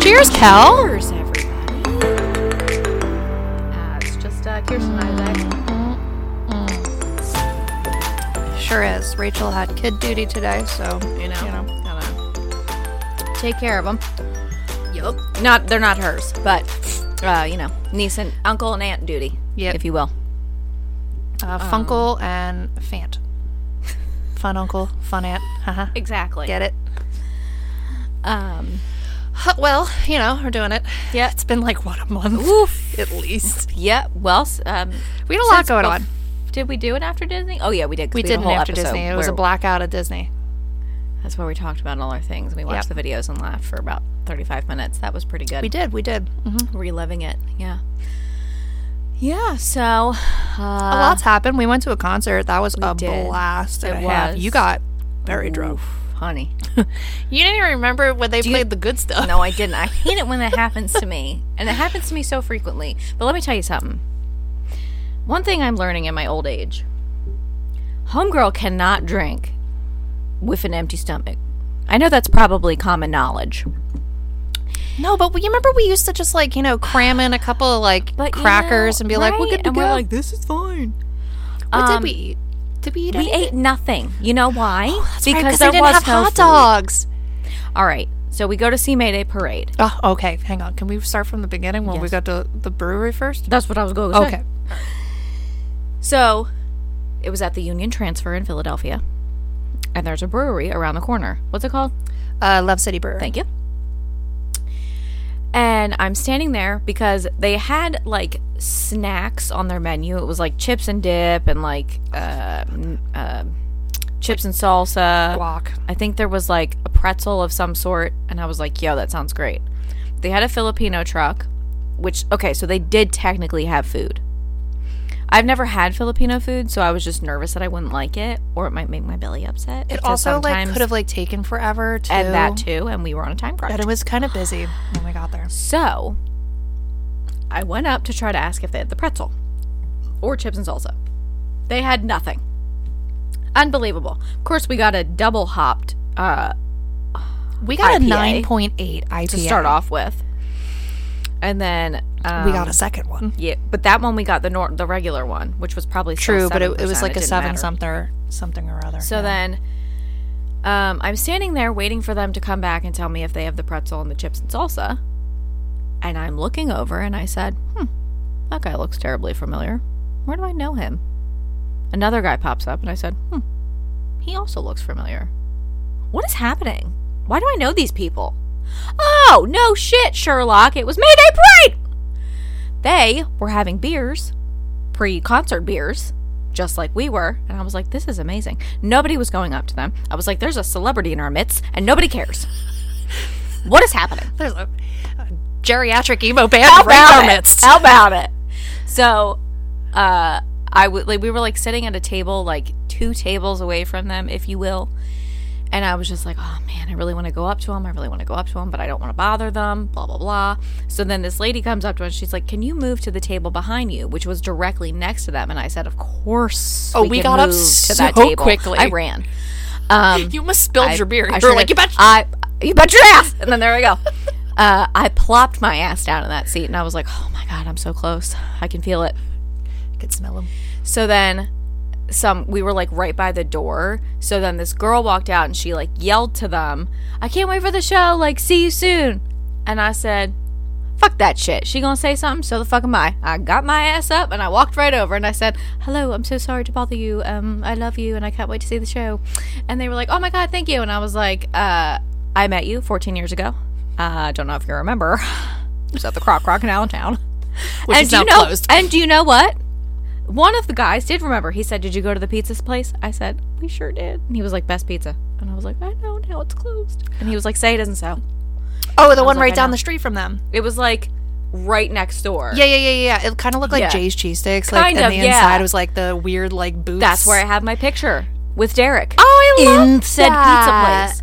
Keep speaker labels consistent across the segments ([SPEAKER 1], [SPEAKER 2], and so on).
[SPEAKER 1] Cheers, Cal.
[SPEAKER 2] Cheers, everybody. Uh, it's just uh, Kirsten Isaac. Mm-hmm.
[SPEAKER 1] Sure is. Rachel had kid duty today, so
[SPEAKER 2] You know, gotta-
[SPEAKER 1] take care of them.
[SPEAKER 2] Yup. Not they're not hers, but uh, you know, niece and uncle and aunt duty,
[SPEAKER 1] Yep.
[SPEAKER 2] if you will.
[SPEAKER 1] Uh, Funkle and Fant. Fun uncle, fun aunt. Haha.
[SPEAKER 2] Exactly.
[SPEAKER 1] Get it?
[SPEAKER 2] Um.
[SPEAKER 1] Huh, Well, you know, we're doing it.
[SPEAKER 2] Yeah.
[SPEAKER 1] It's been like, what, a month?
[SPEAKER 2] Oof.
[SPEAKER 1] At least.
[SPEAKER 2] Yeah. Well. s- Um.
[SPEAKER 1] We had a lot
[SPEAKER 2] since
[SPEAKER 1] going
[SPEAKER 2] bef-
[SPEAKER 1] on.
[SPEAKER 2] Did we do it after Disney? Oh yeah, we did. 'cause
[SPEAKER 1] We
[SPEAKER 2] did a
[SPEAKER 1] didn't
[SPEAKER 2] whole
[SPEAKER 1] after
[SPEAKER 2] episode
[SPEAKER 1] Disney. It was a
[SPEAKER 2] where-
[SPEAKER 1] blackout at Disney.
[SPEAKER 2] That's where we talked about all our things. We watched the videos and laughed for about thirty-five minutes. That was pretty good.
[SPEAKER 1] We did. We did. hmm
[SPEAKER 2] reliving it. Yeah. Yeah. So. Uh,
[SPEAKER 1] a lot's happened. We went to a concert. That was a
[SPEAKER 2] did.
[SPEAKER 1] blast. and
[SPEAKER 2] It
[SPEAKER 1] a half.
[SPEAKER 2] was.
[SPEAKER 1] You got very drunk.
[SPEAKER 2] honey.
[SPEAKER 1] You didn't even remember when they played the good stuff.
[SPEAKER 2] No, I didn't. I hate it when that happens to me. And it happens to me so frequently. But let me tell you something. One thing I'm learning in my old age Homegirl cannot drink with an empty stomach. I know that's probably common knowledge.
[SPEAKER 1] No, but we, you remember we used to just like you know cram in a couple of like
[SPEAKER 2] But you
[SPEAKER 1] crackers
[SPEAKER 2] know-
[SPEAKER 1] and be like, "We're
[SPEAKER 2] right,
[SPEAKER 1] good to
[SPEAKER 2] and
[SPEAKER 1] go."
[SPEAKER 2] we're like,
[SPEAKER 1] "This is fine." What
[SPEAKER 2] Um,
[SPEAKER 1] did we eat? Did we eat?
[SPEAKER 2] We ate nothing. You know why?
[SPEAKER 1] because
[SPEAKER 2] because
[SPEAKER 1] they
[SPEAKER 2] there
[SPEAKER 1] didn't
[SPEAKER 2] was
[SPEAKER 1] have
[SPEAKER 2] no
[SPEAKER 1] hot
[SPEAKER 2] food.
[SPEAKER 1] dogs.
[SPEAKER 2] All right. So we go to see May Day Parade.
[SPEAKER 1] Oh, okay. Hang on. Can we start from the beginning when we
[SPEAKER 2] Yes.
[SPEAKER 1] got to the brewery first?
[SPEAKER 2] That's what I was going to say.
[SPEAKER 1] Okay.
[SPEAKER 2] So it was at the Union Transfer in Philadelphia. And there's a brewery around the corner. What's it called?
[SPEAKER 1] Uh, Love City Brewery.
[SPEAKER 2] Thank you. And I'm standing there because they had like snacks on their menu. It was like chips and dip and like uh, n- uh, chips and salsa.
[SPEAKER 1] Guac.
[SPEAKER 2] I think there was like a pretzel of some sort. And I was like, yo, that sounds great. They had a Filipino truck, which, okay, so they did technically have food. I've never had Filipino food, so I was just nervous that I wouldn't like it or it might make my belly upset.
[SPEAKER 1] It
[SPEAKER 2] because
[SPEAKER 1] also like
[SPEAKER 2] sometimes-
[SPEAKER 1] could have like taken forever to
[SPEAKER 2] and that too, and we were on a time crunch.
[SPEAKER 1] But it was kind of busy when we got there.
[SPEAKER 2] So I went up to try to ask if they had the pretzel or chips and salsa. They had nothing. Unbelievable. Of course, we got a double hopped uh,
[SPEAKER 1] We got a
[SPEAKER 2] IPA.
[SPEAKER 1] nine point eight IPA
[SPEAKER 2] to start off with, and then um,
[SPEAKER 1] We got a second one.
[SPEAKER 2] yeah, but that one we got the nor- the regular one, which was probably still
[SPEAKER 1] True, but it, it
[SPEAKER 2] 7%,
[SPEAKER 1] was like a
[SPEAKER 2] didn't
[SPEAKER 1] seven
[SPEAKER 2] matter.
[SPEAKER 1] something, something or other.
[SPEAKER 2] So then um, I'm standing there waiting for them to come back and tell me if they have the pretzel and the chips and salsa. And I'm looking over and I said, hmm, that guy looks terribly familiar. Where do I know him? Another guy pops up and I said, hmm, he also looks familiar. What is happening? Why do I know these people? Oh, no shit, Sherlock. It was May Day Parade! They were having beers, pre concert beers, just like we were. And I was like, this is amazing. Nobody was going up to them. I was like, there's a celebrity in our midst and nobody cares. what is happening?
[SPEAKER 1] there's a, a geriatric emo band right
[SPEAKER 2] about
[SPEAKER 1] in our
[SPEAKER 2] it?
[SPEAKER 1] midst.
[SPEAKER 2] How about it? So, uh, I would like we were like sitting at a table, like two tables away from them, if you will. And I was just like, oh man, I really want to go up to him. I really want to go up to him, but I don't want to bother them. Blah blah blah. So then this lady comes up to us. She's like, "Can you move to the table behind you?" Which was directly next to them. And I said, "Of course."
[SPEAKER 1] Oh, we
[SPEAKER 2] can
[SPEAKER 1] got up
[SPEAKER 2] move
[SPEAKER 1] so quickly.
[SPEAKER 2] I ran.
[SPEAKER 1] You almost spilled your beer.
[SPEAKER 2] I
[SPEAKER 1] you were
[SPEAKER 2] should've-
[SPEAKER 1] like, you bet.
[SPEAKER 2] I you bet your ass. And then there we go. Uh, I plopped my ass down in that seat, and I was like, "Oh my god, I'm so close. I can feel it."
[SPEAKER 1] I could smell him.
[SPEAKER 2] So then, some we were like right by the door. So then this girl walked out, and she like yelled to them, "I can't wait for the show. Like, see you soon." And I said, "Fuck that shit. She gonna say something. So the fuck am I." I got my ass up and I walked right over, and I said, "Hello, I'm so sorry to bother you. Um, I love you, and I can't wait to see the show." And they were like, "Oh my god, thank you." And I was like, "Uh, I met you 14 years ago. Uh, don't know if you remember." It was at the Croc Rock in Allentown
[SPEAKER 1] Which is
[SPEAKER 2] do
[SPEAKER 1] now
[SPEAKER 2] you know,
[SPEAKER 1] closed.
[SPEAKER 2] And do you know what? One of the guys did remember. He said, "Did you go to the pizza place?" I said, "We sure did." And he was like, "Best pizza," and I was like, "I know now it's closed." And he was like, "Say it isn't so."
[SPEAKER 1] Oh, the one
[SPEAKER 2] like,
[SPEAKER 1] right
[SPEAKER 2] I
[SPEAKER 1] down
[SPEAKER 2] know.
[SPEAKER 1] the street from them.
[SPEAKER 2] It was like right next door.
[SPEAKER 1] Yeah, yeah, yeah, yeah. yeah. It kind of looked like
[SPEAKER 2] Yeah.
[SPEAKER 1] Jay's cheese sticks. Like,
[SPEAKER 2] Kind
[SPEAKER 1] and
[SPEAKER 2] of,
[SPEAKER 1] the
[SPEAKER 2] yeah.
[SPEAKER 1] inside was like the weird like boots.
[SPEAKER 2] that's where I have my picture with Derek.
[SPEAKER 1] Oh, I love
[SPEAKER 2] in said
[SPEAKER 1] that.
[SPEAKER 2] pizza place.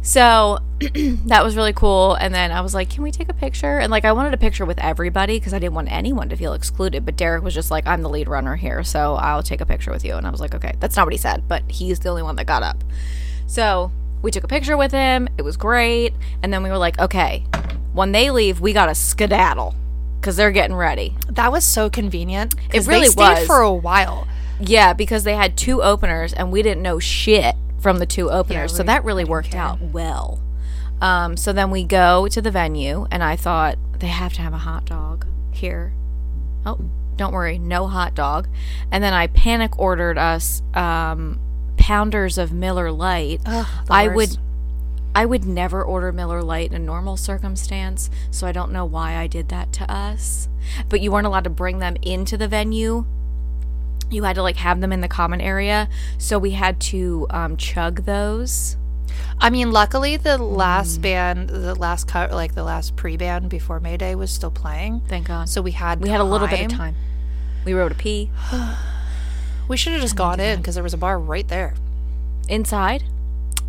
[SPEAKER 2] So that was really cool. And then I was like, can we take a picture? And like, I wanted a picture with everybody because I didn't want anyone to feel excluded. But Derek was just like, I'm the lead runner here, so I'll take a picture with you. And I was like, okay, that's not what he said, but he's the only one that got up. So we took a picture with him. It was great. And then we were like, okay, When they leave, we got to skedaddle because they're getting ready.
[SPEAKER 1] That was so convenient. 'cause they
[SPEAKER 2] really
[SPEAKER 1] stayed
[SPEAKER 2] was.
[SPEAKER 1] for a while.
[SPEAKER 2] Yeah, because they had two openers and we didn't know shit from the two openers. so
[SPEAKER 1] we-
[SPEAKER 2] that really worked out well. Um, so then we go to the venue and I thought they have to have a hot dog here. Oh, don't worry, no hot dog. And then I panic ordered us um, pounders of Miller Lite.
[SPEAKER 1] Ugh, the
[SPEAKER 2] I
[SPEAKER 1] worst.
[SPEAKER 2] would I would never order Miller Lite in a normal circumstance, so I don't know why I did that to us. But you weren't allowed to bring them into the venue. You had to like have them in the common area, so we had to um, chug those.
[SPEAKER 1] I mean, luckily the last band, the last cut, like the last pre-band before Mayday was still playing,
[SPEAKER 2] Thank God.
[SPEAKER 1] so we had
[SPEAKER 2] we had a little bit of time. We rode a pee
[SPEAKER 1] We should have just gone in because there was a bar right there.
[SPEAKER 2] inside.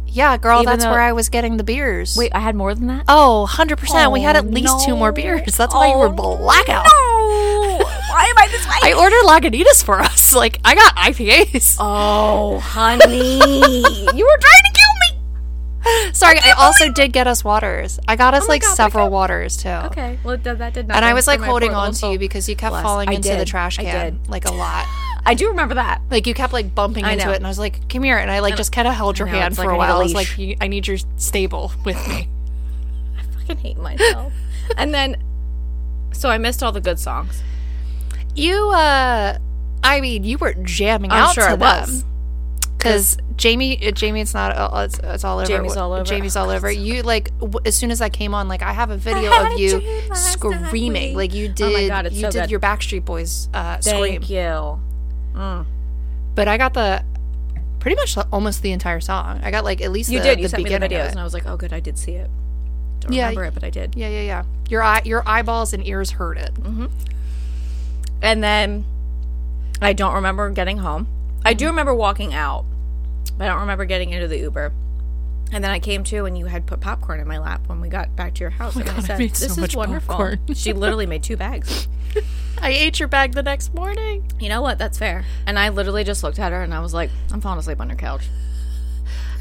[SPEAKER 1] Yeah, girl,
[SPEAKER 2] Even
[SPEAKER 1] that's
[SPEAKER 2] though-
[SPEAKER 1] where I was getting the beers.
[SPEAKER 2] Wait, I had more than that.
[SPEAKER 1] oh, 100%. we had
[SPEAKER 2] Oh,
[SPEAKER 1] at least two more
[SPEAKER 2] no.
[SPEAKER 1] beers. That's why you were
[SPEAKER 2] Oh,
[SPEAKER 1] blackout.
[SPEAKER 2] No! why am I this way?
[SPEAKER 1] I ordered Lagunitas for us. Like, I got IPAs.
[SPEAKER 2] oh, honey, you were trying to kill me.
[SPEAKER 1] Sorry, I also did get us waters. I got us like
[SPEAKER 2] Oh God,
[SPEAKER 1] several
[SPEAKER 2] wake up.
[SPEAKER 1] waters too.
[SPEAKER 2] Okay, well that, that did not.
[SPEAKER 1] And I was like holding on to you because you kept
[SPEAKER 2] Bless.
[SPEAKER 1] falling
[SPEAKER 2] I
[SPEAKER 1] into the
[SPEAKER 2] did.
[SPEAKER 1] trash
[SPEAKER 2] I
[SPEAKER 1] can
[SPEAKER 2] did.
[SPEAKER 1] like a lot.
[SPEAKER 2] I do remember that.
[SPEAKER 1] Like you kept like bumping
[SPEAKER 2] I
[SPEAKER 1] into
[SPEAKER 2] know.
[SPEAKER 1] it, and I was like, "Come here!" And I like just kind of held your
[SPEAKER 2] know,
[SPEAKER 1] hand
[SPEAKER 2] it's
[SPEAKER 1] for
[SPEAKER 2] like
[SPEAKER 1] a
[SPEAKER 2] I need a
[SPEAKER 1] while. I was
[SPEAKER 2] leash.
[SPEAKER 1] like, "You- "I need your stable with me."
[SPEAKER 2] I fucking hate myself. and then, so I missed all the good songs.
[SPEAKER 1] You, uh, I mean, you were jamming
[SPEAKER 2] I'm
[SPEAKER 1] out
[SPEAKER 2] sure
[SPEAKER 1] to
[SPEAKER 2] I was.
[SPEAKER 1] because Jamie, uh, Jamie, it's not, all it's, it's all over.
[SPEAKER 2] Jamie's all over. Oh,
[SPEAKER 1] Jamie's all over. You like w- as soon as I came on, like I have a video
[SPEAKER 2] had a
[SPEAKER 1] of you
[SPEAKER 2] dream last
[SPEAKER 1] screaming,
[SPEAKER 2] night.
[SPEAKER 1] like you did.
[SPEAKER 2] Oh my God, it's
[SPEAKER 1] you
[SPEAKER 2] so
[SPEAKER 1] did
[SPEAKER 2] good.
[SPEAKER 1] your Backstreet Boys uh, scream,
[SPEAKER 2] you.
[SPEAKER 1] but I got the pretty much the, almost the entire song. I got like at least
[SPEAKER 2] You
[SPEAKER 1] the,
[SPEAKER 2] did. You
[SPEAKER 1] the
[SPEAKER 2] sent me the
[SPEAKER 1] beginning of
[SPEAKER 2] videos,
[SPEAKER 1] it.
[SPEAKER 2] and I was like, oh, good, I did see it. Don't
[SPEAKER 1] Yeah,
[SPEAKER 2] remember it, but I did.
[SPEAKER 1] Yeah, yeah, yeah. Your eye, your eyeballs and ears heard it.
[SPEAKER 2] Mm-hmm. And then I don't remember getting home. I do remember walking out, but I don't remember getting into the Uber. And then I came to, and you had put popcorn in my lap when we got back to your house. and I
[SPEAKER 1] Oh God, I
[SPEAKER 2] said,
[SPEAKER 1] made so
[SPEAKER 2] "This
[SPEAKER 1] much
[SPEAKER 2] is wonderful."
[SPEAKER 1] popcorn.
[SPEAKER 2] she literally made two bags.
[SPEAKER 1] I ate your bag the next morning.
[SPEAKER 2] You know what? That's fair. And I literally just looked at her and I was like, I'm falling asleep on your couch.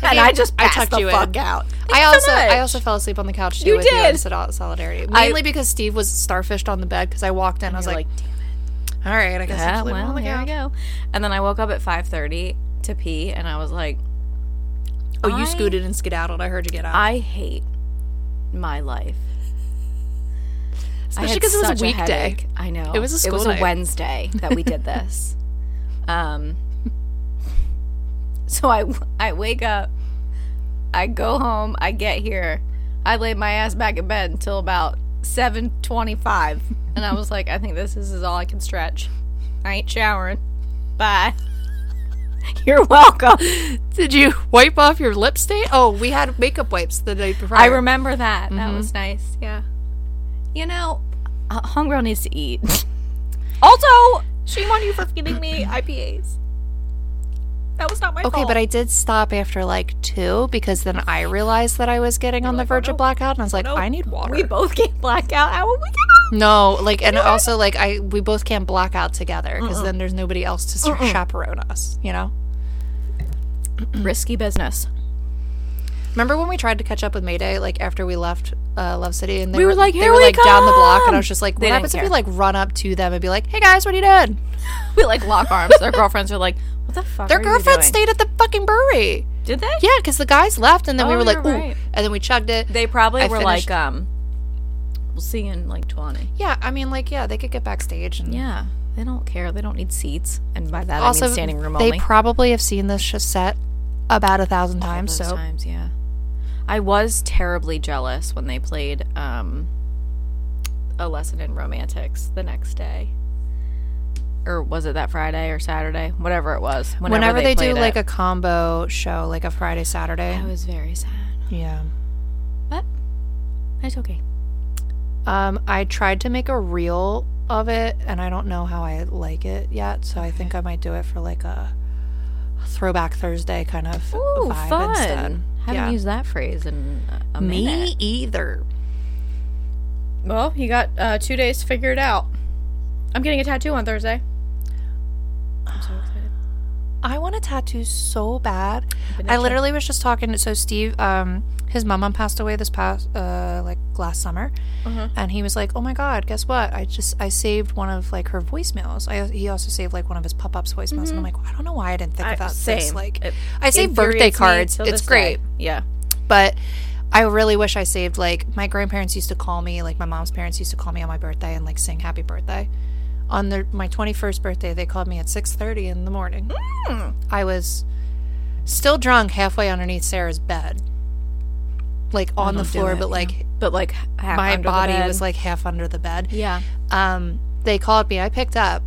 [SPEAKER 2] And I just passed
[SPEAKER 1] tucked
[SPEAKER 2] the
[SPEAKER 1] you in.
[SPEAKER 2] fuck out.
[SPEAKER 1] I
[SPEAKER 2] Thank you so
[SPEAKER 1] also I
[SPEAKER 2] much.
[SPEAKER 1] also fell asleep on the couch too
[SPEAKER 2] You
[SPEAKER 1] with you in
[SPEAKER 2] did.
[SPEAKER 1] solid- solidarity.
[SPEAKER 2] I-
[SPEAKER 1] Mainly because Steve was starfished on the bed because I walked in. I was
[SPEAKER 2] You're
[SPEAKER 1] like, all right, I guess I'm
[SPEAKER 2] yeah,
[SPEAKER 1] sleeping
[SPEAKER 2] well,
[SPEAKER 1] on the
[SPEAKER 2] here we
[SPEAKER 1] couch.
[SPEAKER 2] go. And then I woke up at 5:30 to pee, and I was like,
[SPEAKER 1] Oh, you
[SPEAKER 2] I-
[SPEAKER 1] scooted and skedaddled. I heard you get out.
[SPEAKER 2] I hate my life. I
[SPEAKER 1] Especially
[SPEAKER 2] had
[SPEAKER 1] 'cause it was a
[SPEAKER 2] such
[SPEAKER 1] weekday.
[SPEAKER 2] headache. I know
[SPEAKER 1] It was a
[SPEAKER 2] it was
[SPEAKER 1] school
[SPEAKER 2] a
[SPEAKER 1] night.
[SPEAKER 2] Wednesday that we did this. um, so I I wake up, I go home, I get here, I lay my ass back in bed until about seven twenty five, and I was like, I think this, this is all I can stretch. I ain't showering. Bye. You're welcome.
[SPEAKER 1] Did you wipe off your lipstick? Oh, we had makeup wipes the night before.
[SPEAKER 2] I remember that. That was nice. Yeah. Mm-hmm. You know, uh, homegirl needs to eat. also, shame on you for feeding me IPAs. That was not Oh, my
[SPEAKER 1] Okay,
[SPEAKER 2] fault.
[SPEAKER 1] but I did stop after like two because then I realized that I was getting on the
[SPEAKER 2] like, oh,
[SPEAKER 1] verge
[SPEAKER 2] no.
[SPEAKER 1] of blackout, and I was like,
[SPEAKER 2] no.
[SPEAKER 1] I need water.
[SPEAKER 2] we both get blackout. How will we get out?
[SPEAKER 1] No, like, and also like I we both can't black out together because then there's nobody else to sort of chaperone us. You know.
[SPEAKER 2] Risky business.
[SPEAKER 1] Remember when we tried to catch up with Mayday like after we left uh, Love City and they
[SPEAKER 2] We were like,
[SPEAKER 1] they
[SPEAKER 2] "Here
[SPEAKER 1] were
[SPEAKER 2] we
[SPEAKER 1] like down the block and
[SPEAKER 2] come!"
[SPEAKER 1] I was just like, what
[SPEAKER 2] didn't
[SPEAKER 1] happens if we
[SPEAKER 2] care.
[SPEAKER 1] like run up to them and be like, hey guys, what are you doing?
[SPEAKER 2] We like lock arms. Their girlfriends are like, what the fuck?
[SPEAKER 1] Their
[SPEAKER 2] are you
[SPEAKER 1] girlfriend
[SPEAKER 2] doing?"
[SPEAKER 1] stayed at the fucking brewery.
[SPEAKER 2] Did they?
[SPEAKER 1] Yeah, because the guys left and then we
[SPEAKER 2] Oh,
[SPEAKER 1] were like, ooh,
[SPEAKER 2] you're right.
[SPEAKER 1] and then we chugged it.
[SPEAKER 2] They probably
[SPEAKER 1] I
[SPEAKER 2] were
[SPEAKER 1] finished-
[SPEAKER 2] like, um, we'll see you in like 20.
[SPEAKER 1] yeah, I mean, like, yeah, they could get backstage and
[SPEAKER 2] Yeah. They don't care. They don't need seats. And by that, I
[SPEAKER 1] also
[SPEAKER 2] mean standing room
[SPEAKER 1] they
[SPEAKER 2] only.
[SPEAKER 1] probably have seen this sh- set about a thousand times.
[SPEAKER 2] those
[SPEAKER 1] So
[SPEAKER 2] times, yeah. I was terribly jealous when they played um, a lesson in romantics the next day, or was it that Friday or Saturday? Whatever it was.
[SPEAKER 1] whenever, they, do like
[SPEAKER 2] a,
[SPEAKER 1] a combo show, like a Friday Saturday,
[SPEAKER 2] I was very sad,
[SPEAKER 1] yeah.
[SPEAKER 2] but it's okay.
[SPEAKER 1] Um, I tried to make a reel of it, and I don't know how I like it yet. So I think I might do it for like a Throwback Thursday kind of
[SPEAKER 2] Ooh,
[SPEAKER 1] vibe
[SPEAKER 2] fun!
[SPEAKER 1] instead.
[SPEAKER 2] Haven't
[SPEAKER 1] Yeah.
[SPEAKER 2] used that phrase in a
[SPEAKER 1] Me either.
[SPEAKER 2] Well, you got uh, two days to figure it out. I'm getting a tattoo on Thursday. I'm so excited.
[SPEAKER 1] I want a tattoo so bad. I literally was just talking to so Steve. Um, his mom passed away this past uh Florida like last summer,
[SPEAKER 2] Mhm.
[SPEAKER 1] and he was like, "Oh my God, guess what? I just I saved one of like her voicemails. I he also saved like one of his pop ups voicemails, and I'm like, I don't know why I didn't think
[SPEAKER 2] Mm-hmm. I-
[SPEAKER 1] about this.
[SPEAKER 2] same.
[SPEAKER 1] Like,
[SPEAKER 2] It
[SPEAKER 1] I saved birthday
[SPEAKER 2] infuriates me
[SPEAKER 1] cards.
[SPEAKER 2] till
[SPEAKER 1] It's
[SPEAKER 2] this
[SPEAKER 1] great,
[SPEAKER 2] day. Yeah.
[SPEAKER 1] but I really wish I saved like my grandparents used to call me, like my mom's parents used to call me on my birthday and like sing happy birthday. On their my 21st birthday, they called me at 6:30 in the morning.
[SPEAKER 2] Mm.
[SPEAKER 1] I was still drunk halfway underneath Sarah's bed. Like on the
[SPEAKER 2] don't do
[SPEAKER 1] floor,
[SPEAKER 2] that,
[SPEAKER 1] but
[SPEAKER 2] yeah.
[SPEAKER 1] like
[SPEAKER 2] But like half
[SPEAKER 1] my
[SPEAKER 2] under the
[SPEAKER 1] body
[SPEAKER 2] bed.
[SPEAKER 1] was like half under the bed.
[SPEAKER 2] yeah.
[SPEAKER 1] Um they called me, I picked up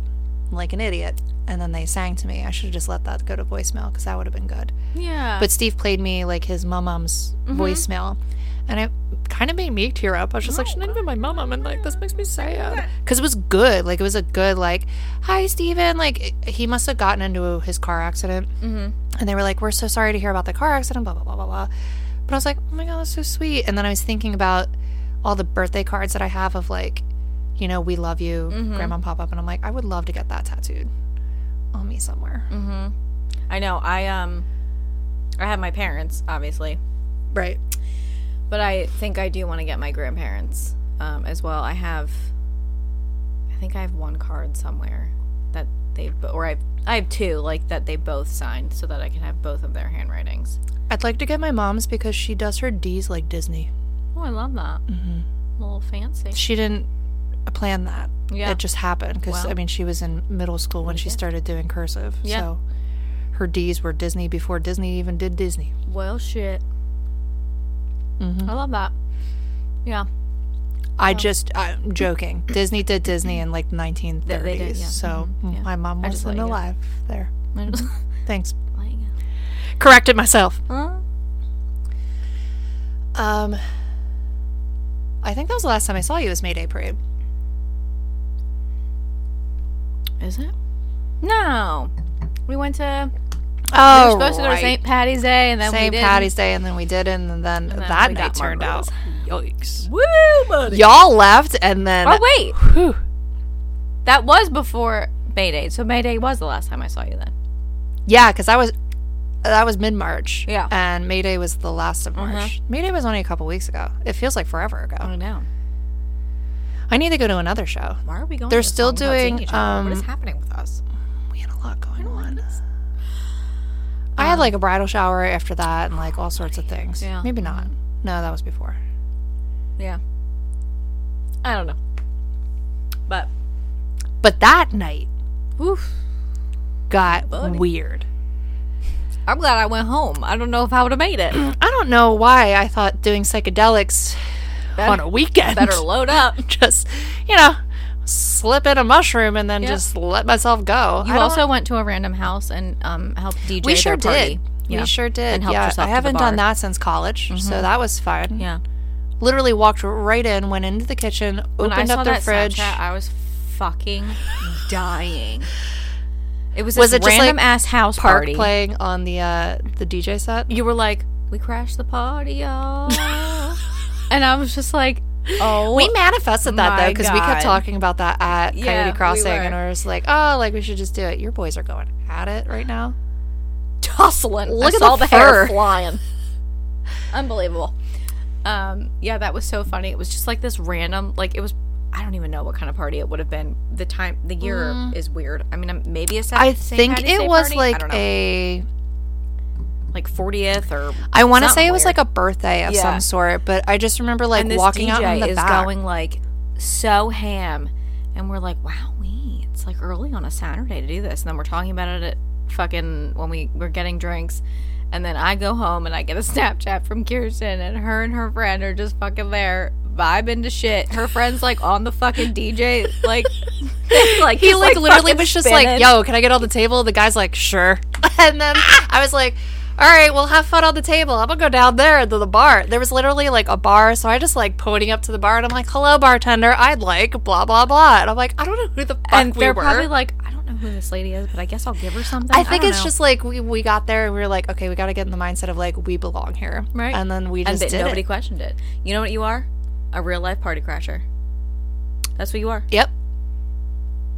[SPEAKER 1] like an idiot, and then they sang to me. I should have just let that go to voicemail cuz that would have been good
[SPEAKER 2] Yeah.
[SPEAKER 1] but Steve played me like his mum mum's voicemail, and it kind of made me tear up. I was just like, she's not even my mum mum, and like this makes me sad because it was good. Like it was a good like, hi Steven. Like it- he must have gotten into his car accident, and they were like, we're so sorry to hear about the car accident. Blah blah blah blah blah. But I was like, oh my god, that's so sweet. And then I was thinking about all the birthday cards that I have of like, you know, we love you, grandma pop up, and I'm like, I would love to get that tattooed on me somewhere.
[SPEAKER 2] I know. I um I have my parents, obviously.
[SPEAKER 1] Right.
[SPEAKER 2] But I think I do want to get my grandparents um, as well. I have, I think I have one card somewhere that they've, bo- or I, I have two like that they both signed so that I can have both of their handwritings.
[SPEAKER 1] I'd like to get my mom's because she does her D's like Disney.
[SPEAKER 2] Oh, I love that. Mm-hmm. A little fancy.
[SPEAKER 1] She didn't plan that.
[SPEAKER 2] Yeah.
[SPEAKER 1] It just happened because, I
[SPEAKER 2] Well.
[SPEAKER 1] mean, she was in middle school when she started doing cursive.
[SPEAKER 2] Yeah.
[SPEAKER 1] So her D's were Disney before Disney even did Disney.
[SPEAKER 2] Well, shit.
[SPEAKER 1] Mm-hmm.
[SPEAKER 2] I love that. Yeah.
[SPEAKER 1] I just, I'm joking. Disney did Disney in like 1930s.
[SPEAKER 2] They- they did, yeah.
[SPEAKER 1] So
[SPEAKER 2] Mhm, yeah.
[SPEAKER 1] my mom
[SPEAKER 2] I just
[SPEAKER 1] wasn't
[SPEAKER 2] let you know.
[SPEAKER 1] alive there.
[SPEAKER 2] I just-
[SPEAKER 1] Thanks. Corrected myself. Um, I think that was the last time I saw you was May Day Parade.
[SPEAKER 2] Is it? No. We went to.
[SPEAKER 1] Oh,
[SPEAKER 2] we were supposed to go to St. Patty's Day, and then we
[SPEAKER 1] St.
[SPEAKER 2] didn't.
[SPEAKER 1] Patty's Day, and then we did, and then,
[SPEAKER 2] then
[SPEAKER 1] that
[SPEAKER 2] we
[SPEAKER 1] night
[SPEAKER 2] got
[SPEAKER 1] turned out. Yikes!
[SPEAKER 2] Woo, buddy.
[SPEAKER 1] Y'all left, and then
[SPEAKER 2] Oh wait,
[SPEAKER 1] Whew.
[SPEAKER 2] that was before May Day, so May Day was the last time I saw you then.
[SPEAKER 1] yeah, because I was that was mid March,
[SPEAKER 2] Yeah. Uh-huh.
[SPEAKER 1] and May Day was the last of March. May Day was only a couple weeks ago. It feels like forever ago.
[SPEAKER 2] know.
[SPEAKER 1] I need to go to another show.
[SPEAKER 2] Why are we going?
[SPEAKER 1] They're
[SPEAKER 2] this
[SPEAKER 1] still
[SPEAKER 2] long without seeing
[SPEAKER 1] doing,
[SPEAKER 2] each other?
[SPEAKER 1] um,
[SPEAKER 2] what is happening with us?
[SPEAKER 1] We had a lot going on. I
[SPEAKER 2] Um,
[SPEAKER 1] had like a bridal shower after that, and like all sorts of things.
[SPEAKER 2] Yeah.
[SPEAKER 1] maybe not. No, that was before.
[SPEAKER 2] Yeah, I don't know. But
[SPEAKER 1] But that night
[SPEAKER 2] oof,
[SPEAKER 1] got
[SPEAKER 2] Buddy.
[SPEAKER 1] weird.
[SPEAKER 2] I'm glad I went home. I don't know if I would have made it.
[SPEAKER 1] I don't know why I thought doing psychedelics on
[SPEAKER 2] better,
[SPEAKER 1] a weekend
[SPEAKER 2] better load up.
[SPEAKER 1] just you know slip in a mushroom and then
[SPEAKER 2] Yeah.
[SPEAKER 1] just let myself go.
[SPEAKER 2] You
[SPEAKER 1] I don't-
[SPEAKER 2] also went to a random house and um helped DJ.
[SPEAKER 1] we sure
[SPEAKER 2] their party.
[SPEAKER 1] did.
[SPEAKER 2] Yeah.
[SPEAKER 1] We sure did.
[SPEAKER 2] And helped
[SPEAKER 1] yeah,
[SPEAKER 2] yourself
[SPEAKER 1] I
[SPEAKER 2] to the
[SPEAKER 1] haven't done
[SPEAKER 2] bar. Mm-hmm.
[SPEAKER 1] that since college, so that was fun.
[SPEAKER 2] yeah.
[SPEAKER 1] Literally walked right in, went into the kitchen,
[SPEAKER 2] When I
[SPEAKER 1] opened
[SPEAKER 2] saw
[SPEAKER 1] up the
[SPEAKER 2] that
[SPEAKER 1] fridge.
[SPEAKER 2] Snapchat, I was fucking dying. It was this
[SPEAKER 1] Was it just, like,
[SPEAKER 2] random ass house
[SPEAKER 1] Park
[SPEAKER 2] party.
[SPEAKER 1] playing on the uh, the DJ set.
[SPEAKER 2] you were like, "We crashed the party, y'all," and I was just like, "Oh,
[SPEAKER 1] We manifested that though
[SPEAKER 2] my
[SPEAKER 1] because we kept
[SPEAKER 2] God.
[SPEAKER 1] talking about that at
[SPEAKER 2] Yeah,
[SPEAKER 1] Coyote
[SPEAKER 2] we
[SPEAKER 1] Crossing, and
[SPEAKER 2] were.
[SPEAKER 1] I was like, "Oh, like we should just do it." Your boys are going at it right now.
[SPEAKER 2] tussling!
[SPEAKER 1] Look
[SPEAKER 2] I
[SPEAKER 1] at
[SPEAKER 2] saw
[SPEAKER 1] the
[SPEAKER 2] the, hair
[SPEAKER 1] fur.
[SPEAKER 2] flying. Unbelievable." Um, yeah, that was so funny. It was just like this random, like it was. I don't even know what kind of party it would have been. The time, the year is weird. I mean, um, maybe a Saint,
[SPEAKER 1] I
[SPEAKER 2] Saint
[SPEAKER 1] think
[SPEAKER 2] Patty's Day
[SPEAKER 1] it was
[SPEAKER 2] party? I
[SPEAKER 1] like
[SPEAKER 2] don't know,
[SPEAKER 1] a
[SPEAKER 2] like fortieth or
[SPEAKER 1] I want to
[SPEAKER 2] Something
[SPEAKER 1] say it was
[SPEAKER 2] weird.
[SPEAKER 1] like a birthday of
[SPEAKER 2] Yeah.
[SPEAKER 1] some sort, but I just remember like
[SPEAKER 2] and this
[SPEAKER 1] walking
[SPEAKER 2] DJ
[SPEAKER 1] out in the
[SPEAKER 2] is
[SPEAKER 1] back.
[SPEAKER 2] going like so ham, and we're like, wowee, it's like early on a Saturday to do this, and then we're talking about it at fucking when we were getting drinks, and then I go home and I get a Snapchat from Kirsten, and her and her friend are just fucking there vibing to shit. Her friend's like on the fucking DJ, like, like
[SPEAKER 1] he
[SPEAKER 2] just,
[SPEAKER 1] like, literally
[SPEAKER 2] fucking
[SPEAKER 1] was just like,
[SPEAKER 2] spinning.
[SPEAKER 1] "Yo, can I get on the table?" The guy's like, "Sure," and then I was like. All right, well, have fun on the table. I'm gonna go down there to the bar. There was literally like a bar, so I just like pointing up to the bar and I'm like, "Hello, bartender. I'd like blah blah blah." And I'm like, "I don't know who the fuck
[SPEAKER 2] and
[SPEAKER 1] we
[SPEAKER 2] they're
[SPEAKER 1] were."
[SPEAKER 2] probably like, I don't know who this lady is, but I guess I'll give her something.
[SPEAKER 1] I think
[SPEAKER 2] don't
[SPEAKER 1] it's
[SPEAKER 2] know."
[SPEAKER 1] just like we, we got there and we were like, "Okay, we got to get in the mindset of like we belong here,"
[SPEAKER 2] Right.
[SPEAKER 1] And then we
[SPEAKER 2] and
[SPEAKER 1] just
[SPEAKER 2] that
[SPEAKER 1] did
[SPEAKER 2] nobody
[SPEAKER 1] it.
[SPEAKER 2] questioned it. You know what you are? A real life party crasher. That's what you are.
[SPEAKER 1] Yep.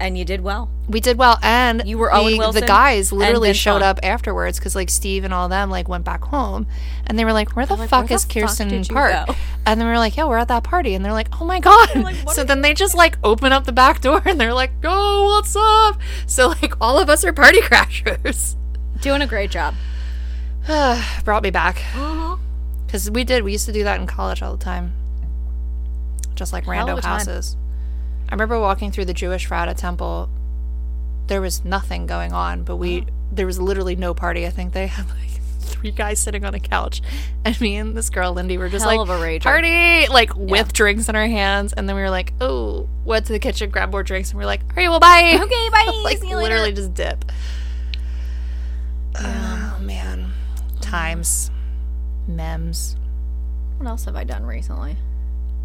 [SPEAKER 2] and you did well.
[SPEAKER 1] We did well, and
[SPEAKER 2] You were
[SPEAKER 1] the,
[SPEAKER 2] Owen
[SPEAKER 1] The
[SPEAKER 2] Wilson
[SPEAKER 1] guys
[SPEAKER 2] and
[SPEAKER 1] literally
[SPEAKER 2] Vince
[SPEAKER 1] showed
[SPEAKER 2] Vaughn.
[SPEAKER 1] up afterwards because like Steve and all them like went back home, and they were like, "Where the
[SPEAKER 2] like,
[SPEAKER 1] fuck
[SPEAKER 2] "Where the
[SPEAKER 1] is
[SPEAKER 2] fuck
[SPEAKER 1] Kirsten
[SPEAKER 2] did you
[SPEAKER 1] Park?"
[SPEAKER 2] go?
[SPEAKER 1] And then we were like, "Yeah, we're at that party," and they're like, "Oh my god!"
[SPEAKER 2] like, what
[SPEAKER 1] so
[SPEAKER 2] are
[SPEAKER 1] then they just like open up the back door and they're like, "Oh, what's up?" So like all of us are party crashers.
[SPEAKER 2] Doing a great job.
[SPEAKER 1] Brought me back
[SPEAKER 2] Mm-hmm.
[SPEAKER 1] because we did. We used to do that in college all the time, just like
[SPEAKER 2] Hell of
[SPEAKER 1] random
[SPEAKER 2] a time.
[SPEAKER 1] houses. I remember walking through the Jewish Frata Temple. There was nothing going on, but we
[SPEAKER 2] Mm-hmm.
[SPEAKER 1] there was literally no party. I think they had like three guys sitting on a couch, and me and this girl Lindy were just
[SPEAKER 2] Hell
[SPEAKER 1] like
[SPEAKER 2] of a rager.
[SPEAKER 1] party, like with drinks in our hands. And then we were like, oh, went to the kitchen, grabbed more drinks, and we are like, all right, well, bye.
[SPEAKER 2] Okay, bye.
[SPEAKER 1] like
[SPEAKER 2] see you later.
[SPEAKER 1] literally just dip. Oh man, times, memes.
[SPEAKER 2] What else have I done recently?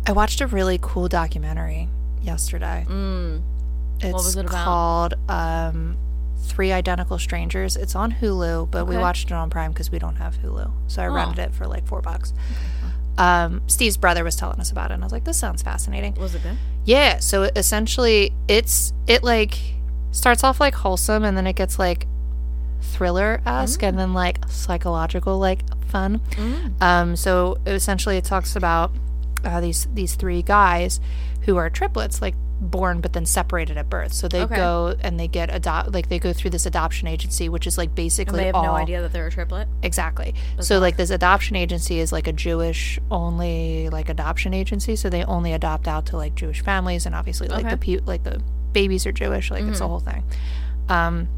[SPEAKER 1] I watched a really cool documentary yesterday.
[SPEAKER 2] Mm.
[SPEAKER 1] It's
[SPEAKER 2] was it about?
[SPEAKER 1] called um, Three Identical Strangers. It's on Hulu, but we
[SPEAKER 2] Okay.
[SPEAKER 1] watched it on Prime because we don't have Hulu. So I
[SPEAKER 2] Oh.
[SPEAKER 1] rented it for like four bucks. Um, Steve's brother was telling us about it, and I was like, this sounds fascinating.
[SPEAKER 2] Was it good?
[SPEAKER 1] Yeah, so it- essentially, it's it like starts off like wholesome, and then it gets like thriller esque, and then like psychological, like fun.
[SPEAKER 2] Mm.
[SPEAKER 1] Um, so essentially, it talks about uh, these these three guys who are triplets, like born but then separated at birth. So they
[SPEAKER 2] Okay.
[SPEAKER 1] go and they get adopt, like they go through this adoption agency, which is like
[SPEAKER 2] And
[SPEAKER 1] basically
[SPEAKER 2] they have
[SPEAKER 1] all
[SPEAKER 2] no idea that they're a triplet.
[SPEAKER 1] exactly. So like this adoption agency is like a Jewish only like adoption agency, so they only adopt out to like Jewish families, and obviously like the pu- like the babies are Jewish, like it's a whole thing. Um,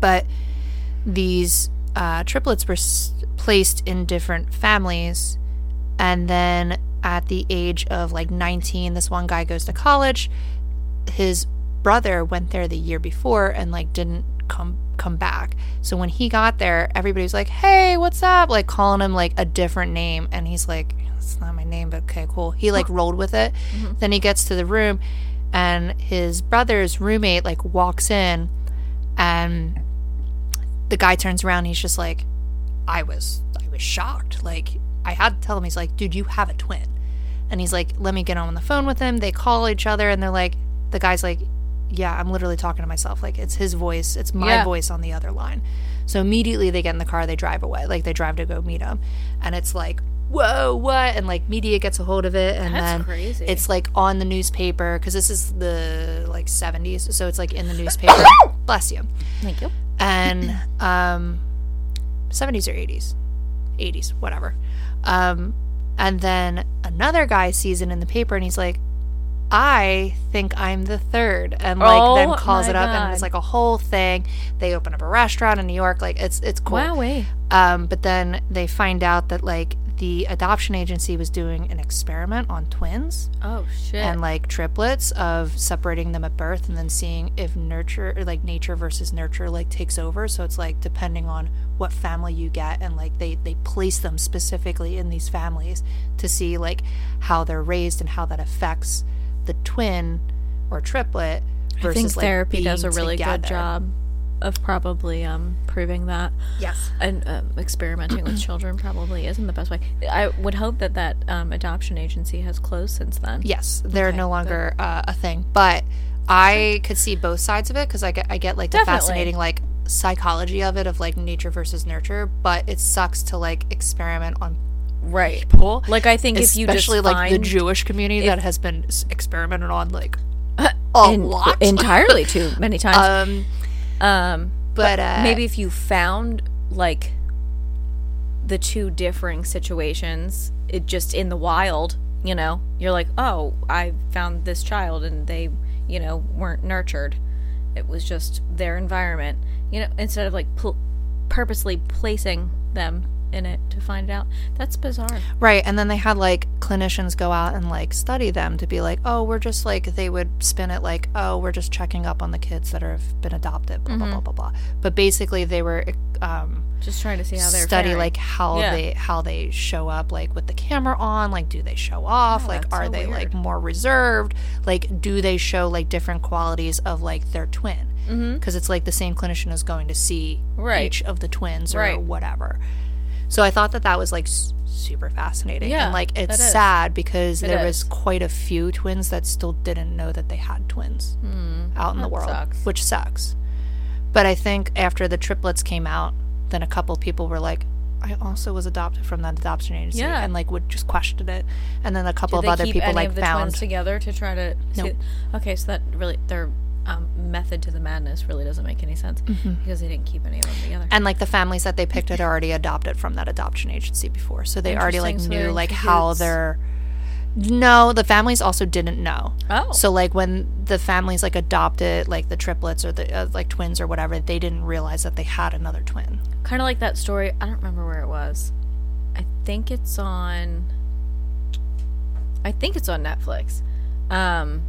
[SPEAKER 1] but these uh, triplets were s- placed in different families, and then at the age of like 19, this one guy goes to college. His brother went there the year before and like didn't come come back. So when he got there, everybody's like, "Hey, what's up?" Like calling him like a different name, and he's like, "It's not my name, but okay, cool." He like rolled with it. Then he gets to the room, and his brother's roommate like walks in, and Um, the guy turns around. he's just like, "I was I was shocked. Like I had to tell him. He's like, dude, you have a twin." And he's like, "Let me get on the phone with him." They call each other, and they're like, the guy's like, "Yeah, I'm literally talking to myself. Like it's his voice. It's my
[SPEAKER 2] Yeah.
[SPEAKER 1] voice on the other line." So immediately they get in the car, they drive away. Like they drive to go meet him, and it's like, "Whoa, what?" And like media gets a hold of it, and
[SPEAKER 2] That's
[SPEAKER 1] then
[SPEAKER 2] crazy.
[SPEAKER 1] it's like on the newspaper because this is the like 70s, so it's like in the newspaper. Bless you
[SPEAKER 2] Thank you.
[SPEAKER 1] and um 70s or 80s 80s whatever um and then another guy sees it in the paper and he's like i think i'm the third and like
[SPEAKER 2] Oh,
[SPEAKER 1] then calls
[SPEAKER 2] my
[SPEAKER 1] it up and it's
[SPEAKER 2] God.
[SPEAKER 1] like a whole thing they open up a restaurant in new york like it's it's cool
[SPEAKER 2] Wow, wait.
[SPEAKER 1] um, but then they find out that like the adoption agency was doing an experiment on twins
[SPEAKER 2] Oh shit.
[SPEAKER 1] and like triplets of separating them at birth and then seeing if nurture or like nature versus nurture like takes over so it's like depending on what family you get and like they they place them specifically in these families to see like how they're raised and how that affects the twin or triplet
[SPEAKER 2] I
[SPEAKER 1] versus
[SPEAKER 2] think
[SPEAKER 1] like,
[SPEAKER 2] therapy does a
[SPEAKER 1] being
[SPEAKER 2] really
[SPEAKER 1] together.
[SPEAKER 2] good job of probably um, proving that.
[SPEAKER 1] yes
[SPEAKER 2] and um, experimenting with children probably isn't the best way. I would hope that that um, adoption agency has closed since then.
[SPEAKER 1] Yes, they're
[SPEAKER 2] Okay,
[SPEAKER 1] no
[SPEAKER 2] good.
[SPEAKER 1] longer uh, a thing. But I could see both sides of it because I get I get like the
[SPEAKER 2] Definitely.
[SPEAKER 1] fascinating like psychology of it of like nature versus nurture. But it sucks to like experiment on
[SPEAKER 2] Right.
[SPEAKER 1] people,
[SPEAKER 2] Like I think if you just
[SPEAKER 1] especially like the
[SPEAKER 2] find-
[SPEAKER 1] Jewish community that has been s- experimented on like a
[SPEAKER 2] en-
[SPEAKER 1] lot.
[SPEAKER 2] entirely too many times.
[SPEAKER 1] um,
[SPEAKER 2] um,
[SPEAKER 1] but uh,
[SPEAKER 2] maybe if you found like the two differing situations, it just in the wild, you know, you're like, oh, I found this child and they, you know, weren't nurtured. It was just their environment, you know, instead of like pl- purposely placing them in it to find it out. That's bizarre.
[SPEAKER 1] Right, and then they had like clinicians go out and like study them to be like, oh, we're just like they would spin it like, oh, we're just checking up on the kids that have been adopted, blah blah blah blah blah. But basically, they were um,
[SPEAKER 2] Just trying to see how they're
[SPEAKER 1] study
[SPEAKER 2] faring.
[SPEAKER 1] like how
[SPEAKER 2] Yeah.
[SPEAKER 1] they how they show up, like with the camera on, like do they show off,
[SPEAKER 2] Oh,
[SPEAKER 1] like
[SPEAKER 2] that's
[SPEAKER 1] are
[SPEAKER 2] so
[SPEAKER 1] they like
[SPEAKER 2] weird.
[SPEAKER 1] more reserved, like do they show like different qualities of like their twin?
[SPEAKER 2] Mhm.
[SPEAKER 1] Because it's like the same clinician is going to see
[SPEAKER 2] Right.
[SPEAKER 1] each of the twins or
[SPEAKER 2] Right.
[SPEAKER 1] whatever. So I thought that that was like s- super fascinating.
[SPEAKER 2] Yeah,
[SPEAKER 1] and like it's
[SPEAKER 2] that is.
[SPEAKER 1] sad because
[SPEAKER 2] It
[SPEAKER 1] there
[SPEAKER 2] is.
[SPEAKER 1] was quite a few twins that still didn't know that they had twins out in the
[SPEAKER 2] Hmm. that
[SPEAKER 1] world,
[SPEAKER 2] sucks.
[SPEAKER 1] which sucks. But I think after the triplets came out, then a couple people were like, "I also was adopted from that adoption agency,"
[SPEAKER 2] Yeah.
[SPEAKER 1] and like would just question it. And then a couple
[SPEAKER 2] Did
[SPEAKER 1] of
[SPEAKER 2] they
[SPEAKER 1] other
[SPEAKER 2] keep
[SPEAKER 1] people
[SPEAKER 2] any
[SPEAKER 1] like
[SPEAKER 2] of the
[SPEAKER 1] found
[SPEAKER 2] twins together to try to?
[SPEAKER 1] Nope.
[SPEAKER 2] see- Okay, so that really their um, method to the madness really doesn't make any sense
[SPEAKER 1] Mm-hmm.
[SPEAKER 2] because they didn't keep any of them together.
[SPEAKER 1] and like the families that they picked had already adopted from that adoption agency before so they already like
[SPEAKER 2] Interesting, so they're
[SPEAKER 1] knew
[SPEAKER 2] in
[SPEAKER 1] like how
[SPEAKER 2] cahoots.
[SPEAKER 1] their no the families also didn't know
[SPEAKER 2] Oh.
[SPEAKER 1] so like when the families like adopted like the triplets or the uh, like twins or whatever they didn't realize that they had another twin
[SPEAKER 2] kind of like that story. I don't remember where it was. I think it's on. I think it's on Netflix. Um,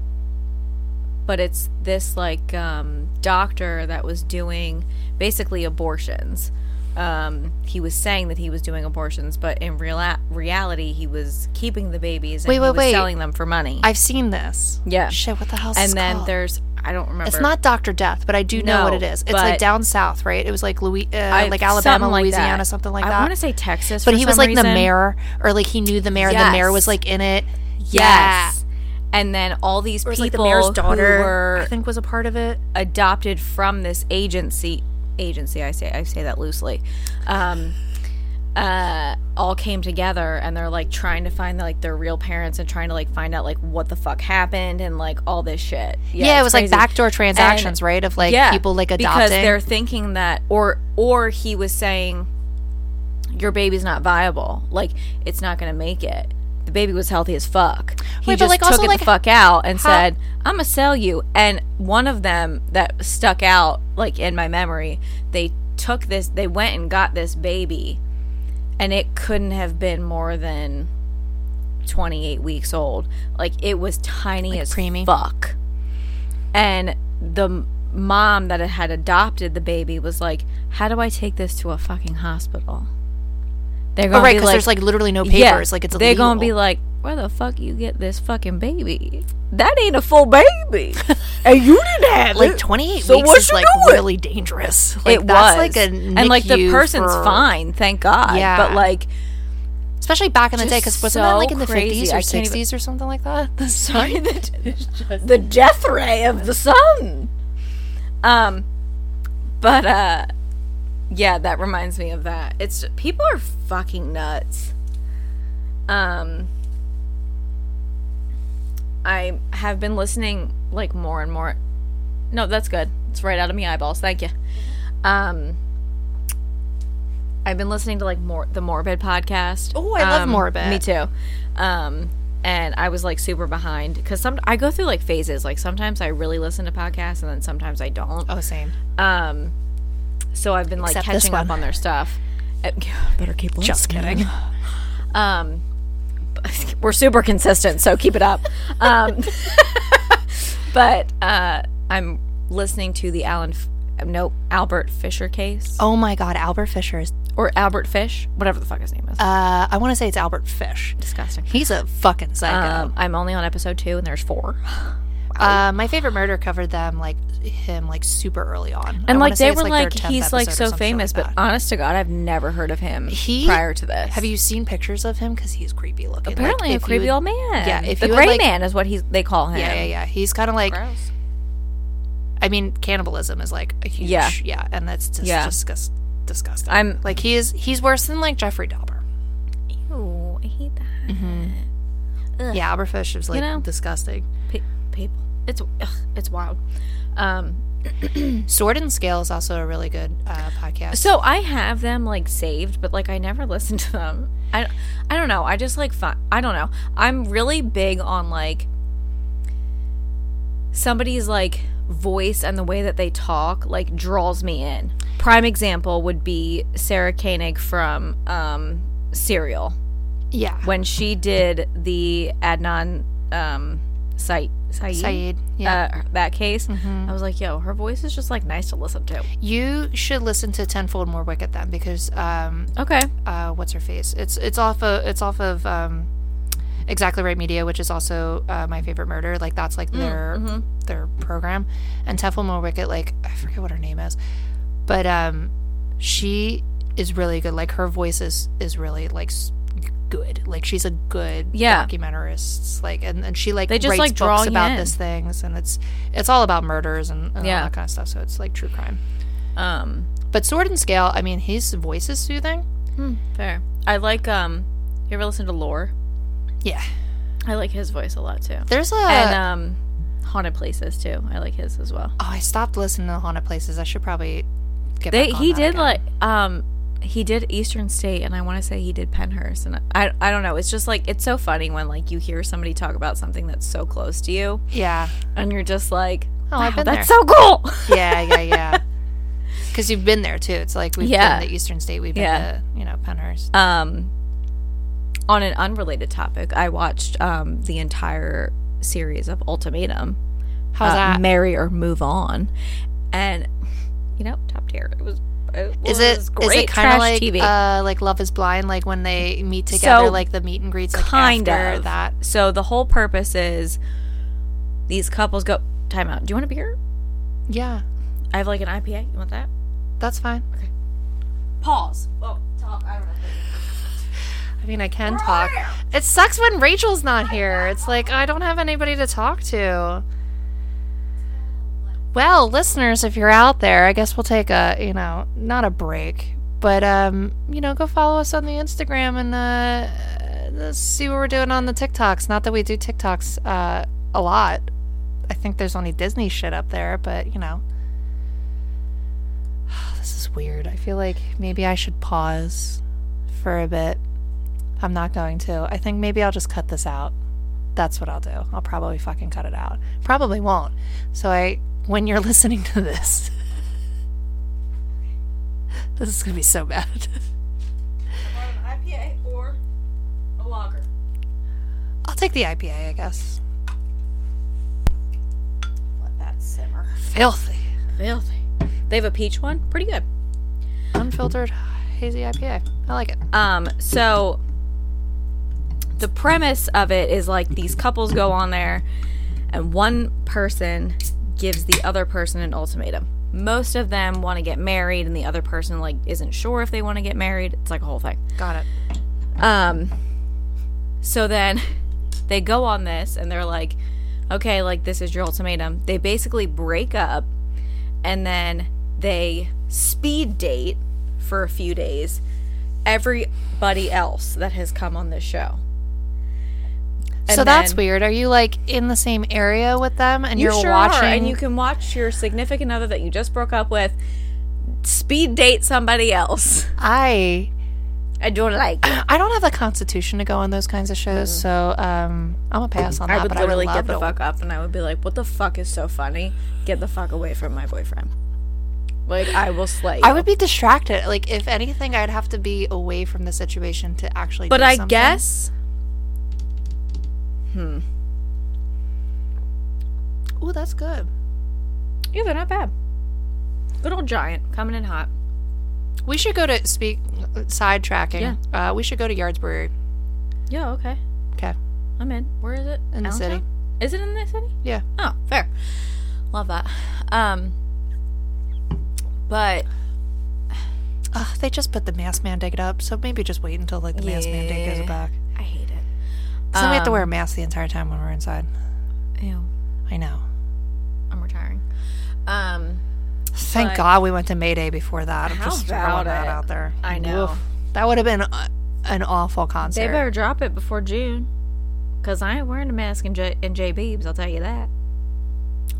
[SPEAKER 2] but it's this like um, doctor that was doing basically abortions. Um, he was saying that he was doing abortions, but in real- reality, he was keeping the babies and
[SPEAKER 1] Wait,
[SPEAKER 2] he
[SPEAKER 1] wait,
[SPEAKER 2] was
[SPEAKER 1] wait.
[SPEAKER 2] selling them for money.
[SPEAKER 1] i've seen this
[SPEAKER 2] yeah,
[SPEAKER 1] shit what the hell
[SPEAKER 2] and then there's I don't remember.
[SPEAKER 1] it's not Doctor Death, but I do know what
[SPEAKER 2] No,
[SPEAKER 1] it is. It's
[SPEAKER 2] but-
[SPEAKER 1] like down south, right? It was like Louis, uh,
[SPEAKER 2] I-
[SPEAKER 1] like
[SPEAKER 2] something
[SPEAKER 1] Alabama,
[SPEAKER 2] like that.
[SPEAKER 1] Louisiana, something like
[SPEAKER 2] I
[SPEAKER 1] that.
[SPEAKER 2] want to say Texas,
[SPEAKER 1] but
[SPEAKER 2] for
[SPEAKER 1] he was
[SPEAKER 2] some
[SPEAKER 1] like the
[SPEAKER 2] reason.
[SPEAKER 1] mayor, or like he knew the mayor. The mayor was
[SPEAKER 2] Yes.
[SPEAKER 1] like in it. Yeah.
[SPEAKER 2] Yes. And then all these people
[SPEAKER 1] Or was, like the mayor's daughter
[SPEAKER 2] who were
[SPEAKER 1] I think was a part of it.
[SPEAKER 2] adopted from this agency agency I say I say that loosely. Um uh all came together and they're like trying to find like their real parents and trying to like find out like what the fuck happened and like all this shit.
[SPEAKER 1] Yeah,
[SPEAKER 2] it's
[SPEAKER 1] it was
[SPEAKER 2] crazy.
[SPEAKER 1] like backdoor transactions, right? Of like people like
[SPEAKER 2] because
[SPEAKER 1] adopting.
[SPEAKER 2] they're thinking that or or he was saying your baby's not viable like it's not gonna make it the baby was healthy as fuck he
[SPEAKER 1] Wait, but,
[SPEAKER 2] just
[SPEAKER 1] like,
[SPEAKER 2] took
[SPEAKER 1] also,
[SPEAKER 2] it
[SPEAKER 1] like,
[SPEAKER 2] the fuck out and
[SPEAKER 1] how-
[SPEAKER 2] said i'm gonna sell you and one of them that stuck out like in my memory they took this they went and got this baby and it couldn't have been more than 28 weeks old like it was tiny as
[SPEAKER 1] preemie?
[SPEAKER 2] fuck and the m- mom that had adopted the baby was like, "How do I take this to a fucking hospital?" They're
[SPEAKER 1] oh,
[SPEAKER 2] gonna
[SPEAKER 1] right,
[SPEAKER 2] be
[SPEAKER 1] because
[SPEAKER 2] like,
[SPEAKER 1] there's like literally no papers.
[SPEAKER 2] yeah,
[SPEAKER 1] like it's
[SPEAKER 2] they're
[SPEAKER 1] illegal.
[SPEAKER 2] gonna be like, "Where the fuck you get this fucking baby? That ain't a full baby, and you didn't have
[SPEAKER 1] like
[SPEAKER 2] it."
[SPEAKER 1] 28
[SPEAKER 2] So
[SPEAKER 1] weeks
[SPEAKER 2] what
[SPEAKER 1] is
[SPEAKER 2] you
[SPEAKER 1] like
[SPEAKER 2] doing?
[SPEAKER 1] really dangerous. Like,
[SPEAKER 2] it
[SPEAKER 1] that's
[SPEAKER 2] was
[SPEAKER 1] like a
[SPEAKER 2] and like the
[SPEAKER 1] NICU
[SPEAKER 2] person's
[SPEAKER 1] for-
[SPEAKER 2] fine, thank God.
[SPEAKER 1] Yeah.
[SPEAKER 2] but like
[SPEAKER 1] especially back in the day.
[SPEAKER 2] Just
[SPEAKER 1] Because wasn't that like
[SPEAKER 2] so
[SPEAKER 1] in the
[SPEAKER 2] crazy.
[SPEAKER 1] 50s
[SPEAKER 2] I
[SPEAKER 1] or
[SPEAKER 2] can't even-
[SPEAKER 1] 60s or something like that?
[SPEAKER 2] sorry, the, the death ray of the sun. Um, but uh, yeah, that reminds me of that. It's people are fucking nuts. Um, I have been listening like more and more. No, that's good. It's right out of me eyeballs. Thank you. Um, I've been listening to like more the Morbid podcast.
[SPEAKER 1] Ooh, I love
[SPEAKER 2] Um,
[SPEAKER 1] Morbid.
[SPEAKER 2] Me too. Um, and I was like super behind because some I go through like phases. Like sometimes I really listen to podcasts and then sometimes I don't.
[SPEAKER 1] Oh, same.
[SPEAKER 2] Um, so I've been like
[SPEAKER 1] Except this
[SPEAKER 2] catching up
[SPEAKER 1] one.
[SPEAKER 2] on their stuff. Uh, Better keep listening.
[SPEAKER 1] Just kidding.
[SPEAKER 2] Um, we're super consistent, so keep it up. Um, but uh, I'm listening to the Alan, F- no Albert Fisher case
[SPEAKER 1] Oh my God, Albert Fisher is.
[SPEAKER 2] or Albert Fish, whatever the fuck his name is.
[SPEAKER 1] Uh, I want to say it's Albert Fish.
[SPEAKER 2] Disgusting.
[SPEAKER 1] He's a fucking psycho.
[SPEAKER 2] Um, I'm only on episode two, and there's four.
[SPEAKER 1] Uh, my favorite murder covered them like him like super early on, I
[SPEAKER 2] And
[SPEAKER 1] wanna
[SPEAKER 2] like
[SPEAKER 1] say
[SPEAKER 2] they
[SPEAKER 1] it's,
[SPEAKER 2] were
[SPEAKER 1] their
[SPEAKER 2] like,
[SPEAKER 1] 10th
[SPEAKER 2] he's like
[SPEAKER 1] episode or
[SPEAKER 2] so
[SPEAKER 1] some shit
[SPEAKER 2] famous,
[SPEAKER 1] like
[SPEAKER 2] but
[SPEAKER 1] that.
[SPEAKER 2] honest to God, I've never heard of him
[SPEAKER 1] He-
[SPEAKER 2] prior to this.
[SPEAKER 1] have you seen pictures of him? Because he's creepy looking. Like,
[SPEAKER 2] apparently
[SPEAKER 1] if
[SPEAKER 2] a
[SPEAKER 1] you
[SPEAKER 2] creepy
[SPEAKER 1] would-
[SPEAKER 2] old man?
[SPEAKER 1] Yeah, if
[SPEAKER 2] the
[SPEAKER 1] you would,
[SPEAKER 2] gray
[SPEAKER 1] like-
[SPEAKER 2] man is what he's they call him.
[SPEAKER 1] Yeah, yeah, yeah. He's kind of like. I mean, cannibalism is like a huge.
[SPEAKER 2] Yeah.
[SPEAKER 1] Yeah, and that's just,
[SPEAKER 2] Yeah.
[SPEAKER 1] disgust, disgusting.
[SPEAKER 2] I'm-
[SPEAKER 1] like he is. He's worse than like Jeffrey Dahmer.
[SPEAKER 2] Ew, I hate that. Ugh.
[SPEAKER 1] Yeah, Albert Fish is like
[SPEAKER 2] know?
[SPEAKER 1] disgusting.
[SPEAKER 2] Pe- people, it's ugh, it's wild. Um,
[SPEAKER 1] Sword and Scale is also a really good uh, podcast.
[SPEAKER 2] so I have them like saved, but like I never listen to them. I I don't know. I just like fi- I don't know. I'm really big on like somebody's like voice and the way that they talk like draws me in. Prime example would be Sarah Koenig from um Serial
[SPEAKER 1] yeah,
[SPEAKER 2] when she did the Adnan um site
[SPEAKER 1] Saeed. Yeah, Mm-hmm.
[SPEAKER 2] uh, that case, I was like, yo, her voice is just like nice to listen to.
[SPEAKER 1] you should listen to Tenfold More Wicked then because um,
[SPEAKER 2] Okay.
[SPEAKER 1] uh, what's her face? It's it's off of it's off of um, exactly right media, which is also uh, my favorite murder. Like that's
[SPEAKER 2] Mm,
[SPEAKER 1] like their
[SPEAKER 2] mm-hmm.
[SPEAKER 1] their program, and Tefel More Wicket. Like I forget what her name is, but um, she is really good. Like her voice is is really like s- good. Like she's a good
[SPEAKER 2] Yeah.
[SPEAKER 1] documentarist. Like and, and she like
[SPEAKER 2] They just,
[SPEAKER 1] writes
[SPEAKER 2] like, draw
[SPEAKER 1] books
[SPEAKER 2] you
[SPEAKER 1] about
[SPEAKER 2] in.
[SPEAKER 1] these things and it's it's all about murders and, and
[SPEAKER 2] Yeah.
[SPEAKER 1] all that kind of stuff. So it's like true crime.
[SPEAKER 2] Um,
[SPEAKER 1] But Sword and Scale, I mean, his voice is soothing.
[SPEAKER 2] Hmm, fair. I like um. You ever listen to Lore?
[SPEAKER 1] Yeah.
[SPEAKER 2] I like his voice a lot too.
[SPEAKER 1] There's a
[SPEAKER 2] and um, Haunted Places too. I like his as well.
[SPEAKER 1] oh, I stopped listening to Haunted Places. I should probably get
[SPEAKER 2] They
[SPEAKER 1] back on
[SPEAKER 2] he
[SPEAKER 1] that
[SPEAKER 2] did
[SPEAKER 1] again.
[SPEAKER 2] like um he did Eastern State and I want to say he did Penhurst and I I don't know it's just like it's so funny when like you hear somebody talk about something that's so close to you
[SPEAKER 1] yeah
[SPEAKER 2] and you're just like
[SPEAKER 1] oh I've
[SPEAKER 2] wow,
[SPEAKER 1] been
[SPEAKER 2] that's
[SPEAKER 1] there
[SPEAKER 2] so cool
[SPEAKER 1] yeah yeah yeah because you've been there too. It's like we've
[SPEAKER 2] Yeah.
[SPEAKER 1] been to Eastern State, we've been
[SPEAKER 2] Yeah.
[SPEAKER 1] to you know Penhurst.
[SPEAKER 2] um on an unrelated topic I watched um the entire series of Ultimatum
[SPEAKER 1] How's
[SPEAKER 2] uh,
[SPEAKER 1] that?
[SPEAKER 2] marry or move on and you know top tier it was it
[SPEAKER 1] Is it
[SPEAKER 2] was
[SPEAKER 1] is
[SPEAKER 2] great
[SPEAKER 1] it kind
[SPEAKER 2] trash
[SPEAKER 1] of like
[SPEAKER 2] TV.
[SPEAKER 1] uh like Love Is Blind like when they meet together
[SPEAKER 2] So,
[SPEAKER 1] like the meet and greets like
[SPEAKER 2] kind
[SPEAKER 1] after
[SPEAKER 2] of.
[SPEAKER 1] that
[SPEAKER 2] So the whole purpose is these couples go time out. Do you want a beer?
[SPEAKER 1] yeah
[SPEAKER 2] I have like an IPA. You want that?
[SPEAKER 1] that's fine
[SPEAKER 2] Pause. Oh, talk. I don't know.
[SPEAKER 1] I mean I can talk it sucks when Rachel's not here it's like I don't have anybody to talk to well listeners if you're out there I guess we'll take a you know not a break but um you know go follow us on the Instagram and uh let's see what we're doing on the TikToks not that we do TikToks uh a lot I think there's only Disney shit up there but you know this is weird. I feel like maybe I should pause for a bit. I'm not going to. I think maybe I'll just cut this out. That's what I'll do. I'll probably fucking cut it out. Probably won't. So I when you're listening to this This is going to be so bad.
[SPEAKER 2] An IPA or a lager.
[SPEAKER 1] I'll take the IPA, I guess.
[SPEAKER 2] Let that simmer.
[SPEAKER 1] Filthy.
[SPEAKER 2] Filthy. They have a peach one. Pretty good.
[SPEAKER 1] Unfiltered hazy IPA. I like it.
[SPEAKER 2] Um, so the premise of it is like these couples go on there and one person gives the other person an ultimatum. Most of them want to get married and the other person like isn't sure if they want to get married. It's like a whole thing.
[SPEAKER 1] Got it.
[SPEAKER 2] Um so then they go on this and they're like okay, like this is your ultimatum. They basically break up and then they speed date for a few days everybody else that has come on this show.
[SPEAKER 1] so
[SPEAKER 2] And
[SPEAKER 1] that's
[SPEAKER 2] then-
[SPEAKER 1] weird. Are you like in the same area with them and
[SPEAKER 2] You
[SPEAKER 1] are
[SPEAKER 2] sure
[SPEAKER 1] watching
[SPEAKER 2] are, and you can watch your significant other that you just broke up with speed date somebody else.
[SPEAKER 1] I
[SPEAKER 2] I don't like. it.
[SPEAKER 1] I don't have the constitution to go on those kinds of shows, so um, I'm gonna pass on that.
[SPEAKER 2] I would
[SPEAKER 1] but
[SPEAKER 2] literally
[SPEAKER 1] I would
[SPEAKER 2] get
[SPEAKER 1] love
[SPEAKER 2] the
[SPEAKER 1] to-
[SPEAKER 2] fuck up, and I would be like, "What the fuck is so funny? Get the fuck away from my boyfriend." Like I will slay.
[SPEAKER 1] I
[SPEAKER 2] you.
[SPEAKER 1] would be distracted. Like if anything, I'd have to be away from the situation to actually.
[SPEAKER 2] But
[SPEAKER 1] do
[SPEAKER 2] I
[SPEAKER 1] something. Hmm.
[SPEAKER 2] guess
[SPEAKER 1] Ooh, that's good.
[SPEAKER 2] yeah, they're not bad. Good old giant coming in hot.
[SPEAKER 1] We should go to speak sidetracking. Uh, we should go to Yardsbury.
[SPEAKER 2] Yeah, okay,
[SPEAKER 1] Okay,
[SPEAKER 2] I'm in. Where is it?
[SPEAKER 1] in the city.
[SPEAKER 2] Allentown? Is it in the city?
[SPEAKER 1] Yeah.
[SPEAKER 2] Oh, fair. Love that. Um, but
[SPEAKER 1] Ugh, they just put the mask mandate up, so maybe just wait until like the mask mandate goes
[SPEAKER 2] Yeah.
[SPEAKER 1] back.
[SPEAKER 2] I hate it.
[SPEAKER 1] Because then we have to
[SPEAKER 2] Um,
[SPEAKER 1] wear a mask the entire time when we're inside.
[SPEAKER 2] Ew,
[SPEAKER 1] I know.
[SPEAKER 2] I'm retiring. Um,
[SPEAKER 1] Thank
[SPEAKER 2] but-
[SPEAKER 1] God we went to Mayday before that. I'm
[SPEAKER 2] How
[SPEAKER 1] just
[SPEAKER 2] about
[SPEAKER 1] throwing that
[SPEAKER 2] it?
[SPEAKER 1] out there.
[SPEAKER 2] I know.
[SPEAKER 1] That would have been uh, an awful concert.
[SPEAKER 2] they better drop it before June, cause I ain't wearing a mask in J in J Beebs. I'll tell you that.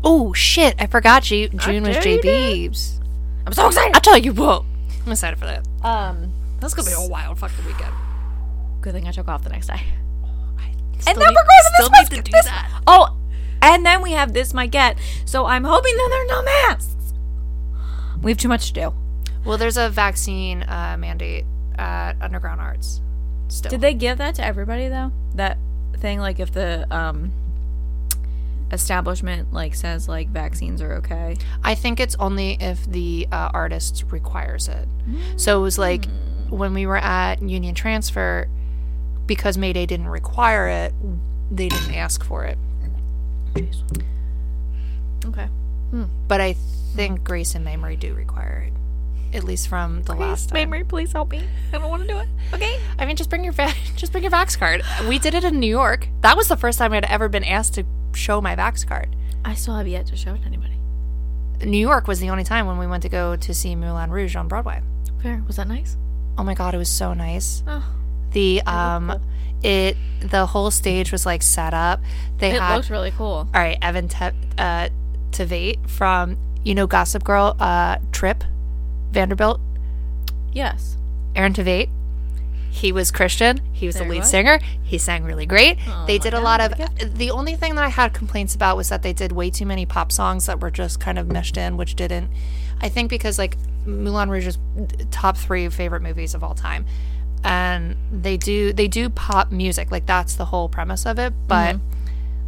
[SPEAKER 1] Oh shit! I forgot Ju- June was
[SPEAKER 2] dare
[SPEAKER 1] J
[SPEAKER 2] you did.
[SPEAKER 1] Beebs.
[SPEAKER 2] I'm so
[SPEAKER 1] I
[SPEAKER 2] excited.
[SPEAKER 1] tell you what, I'm excited for that.
[SPEAKER 2] Um,
[SPEAKER 1] That's gonna be a wild fucking weekend.
[SPEAKER 2] good thing I took off the next day.
[SPEAKER 1] Still
[SPEAKER 2] then we're going
[SPEAKER 1] need-
[SPEAKER 2] to
[SPEAKER 1] still
[SPEAKER 2] this
[SPEAKER 1] need to
[SPEAKER 2] West-
[SPEAKER 1] do
[SPEAKER 2] this-
[SPEAKER 1] that.
[SPEAKER 2] Oh, and then we have this my get. So I'm hoping that there are no masks. We have too much to do.
[SPEAKER 1] Well, there's a vaccine uh, mandate at Underground Arts. Still,
[SPEAKER 2] Did they give that to everybody though? That thing like if the um establishment like says like vaccines are okay.
[SPEAKER 1] I think it's only if the uh, artist requires it. So it was like when we were at Union Transfer, because Mayday didn't require it, they didn't ask for it.
[SPEAKER 2] Okay.
[SPEAKER 1] But I think Hmm. Grace and Memory do require it. at least from the last time.
[SPEAKER 2] Memory, please help me. I don't want to do it. Okay.
[SPEAKER 1] I mean, just bring your va- just bring your Vax card. We did it in New York. That was the first time I'd ever been asked to show my Vax card.
[SPEAKER 2] I still have yet to show it to anybody.
[SPEAKER 1] New York was the only time when we went to go to see Moulin Rouge on Broadway.
[SPEAKER 2] Fair. Was that nice?
[SPEAKER 1] Oh my god, it was so nice.
[SPEAKER 2] Oh,
[SPEAKER 1] The um, it the whole stage was like set up. They
[SPEAKER 2] it
[SPEAKER 1] had
[SPEAKER 2] looked really cool.
[SPEAKER 1] all right, Evan Te- uh, Tveit from you know Gossip Girl, uh, Trip, Vanderbilt,
[SPEAKER 2] Yes.
[SPEAKER 1] Aaron Tveit. He was Christian. He was
[SPEAKER 2] There
[SPEAKER 1] the
[SPEAKER 2] he
[SPEAKER 1] lead
[SPEAKER 2] was.
[SPEAKER 1] singer. He sang really great.
[SPEAKER 2] Oh
[SPEAKER 1] they
[SPEAKER 2] my
[SPEAKER 1] did a
[SPEAKER 2] God,
[SPEAKER 1] lot
[SPEAKER 2] what
[SPEAKER 1] of.
[SPEAKER 2] a
[SPEAKER 1] The only thing that I had complaints about was that they did way too many pop songs that were just kind of meshed in, which didn't. I think because like Moulin Rouge is top three favorite movies of all time, and they do they do pop music like that's the whole premise of it. But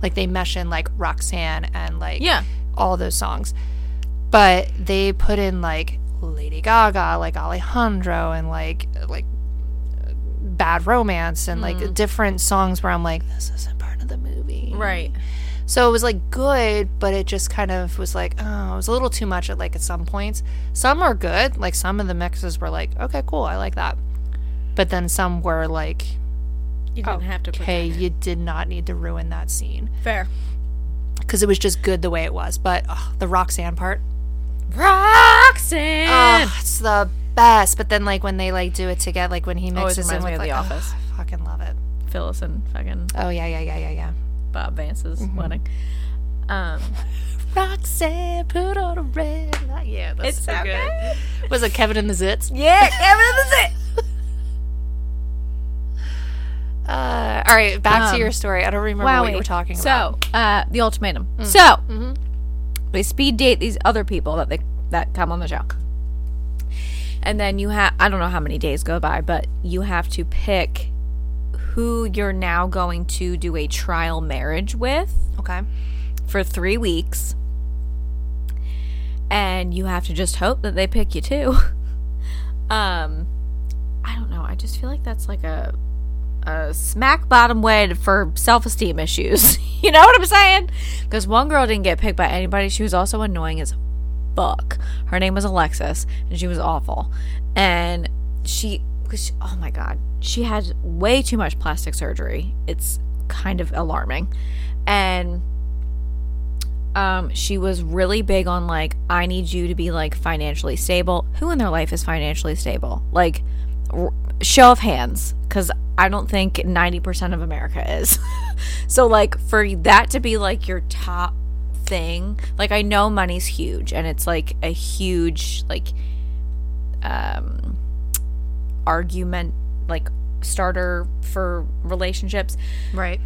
[SPEAKER 1] like they mesh in like Roxanne and like
[SPEAKER 2] Yeah.
[SPEAKER 1] all those songs. But they put in like Lady Gaga, like Alejandro, and like like Bad Romance, and like different songs where I'm like, this isn't part of the movie,
[SPEAKER 2] Mm-hmm. Right.
[SPEAKER 1] So it was like good, but it just kind of was like, oh, it was a little too much at like at some points. Some are good, like some of the mixes were like, okay, cool, I like that. But then some were like,
[SPEAKER 2] You didn't have to. put
[SPEAKER 1] okay, you did not need to ruin that scene
[SPEAKER 2] that- Fair.
[SPEAKER 1] because it was just good the way it was. But ugh, the Roxanne part.
[SPEAKER 2] Roxanne.
[SPEAKER 1] Oh, it's the best. But then, like when they like do it together, like when he
[SPEAKER 2] Always
[SPEAKER 1] mixes in
[SPEAKER 2] reminds
[SPEAKER 1] with
[SPEAKER 2] me of
[SPEAKER 1] like,
[SPEAKER 2] The Office.
[SPEAKER 1] oh, I fucking love it.
[SPEAKER 2] Phyllis and fucking
[SPEAKER 1] Oh yeah, yeah, yeah, yeah, yeah.
[SPEAKER 2] Bob Vance's
[SPEAKER 1] Mm-hmm.
[SPEAKER 2] wedding. Um,
[SPEAKER 1] Roxanne, put on a red light. Yeah, that's
[SPEAKER 2] It's
[SPEAKER 1] so
[SPEAKER 2] so
[SPEAKER 1] good. Was it Kevin and the Zits?
[SPEAKER 2] yeah, Kevin,
[SPEAKER 1] Uh, all right, back to
[SPEAKER 2] Um,
[SPEAKER 1] your story. I don't remember what you were talking about. Mm. Mm-hmm.
[SPEAKER 2] so, uh, the ultimatum. So, they speed date these other people that they that come on the show, and then you have I don't know how many days go by, but you have to pick who you're now going to do a trial marriage with
[SPEAKER 1] Okay.
[SPEAKER 2] for three weeks, and you have to just hope that they pick you too. um, I don't know. I just feel like that's like a a smack bottom way to- for self esteem issues. you know what I'm saying? Because one girl didn't get picked by anybody. She was also annoying as fuck. Her name was Alexis, and she was awful. And she, 'cause she- oh my god, she had way too much plastic surgery. It's kind of alarming, and um, she was really big on like, I need you to be like financially stable. Who in their life is financially stable? Like, r- show of hands, because I don't think 90% of America is. so, like, for that to be like your top thing, like, I know money's huge and it's like a huge, like, um, argument, like, starter for relationships.
[SPEAKER 1] Right.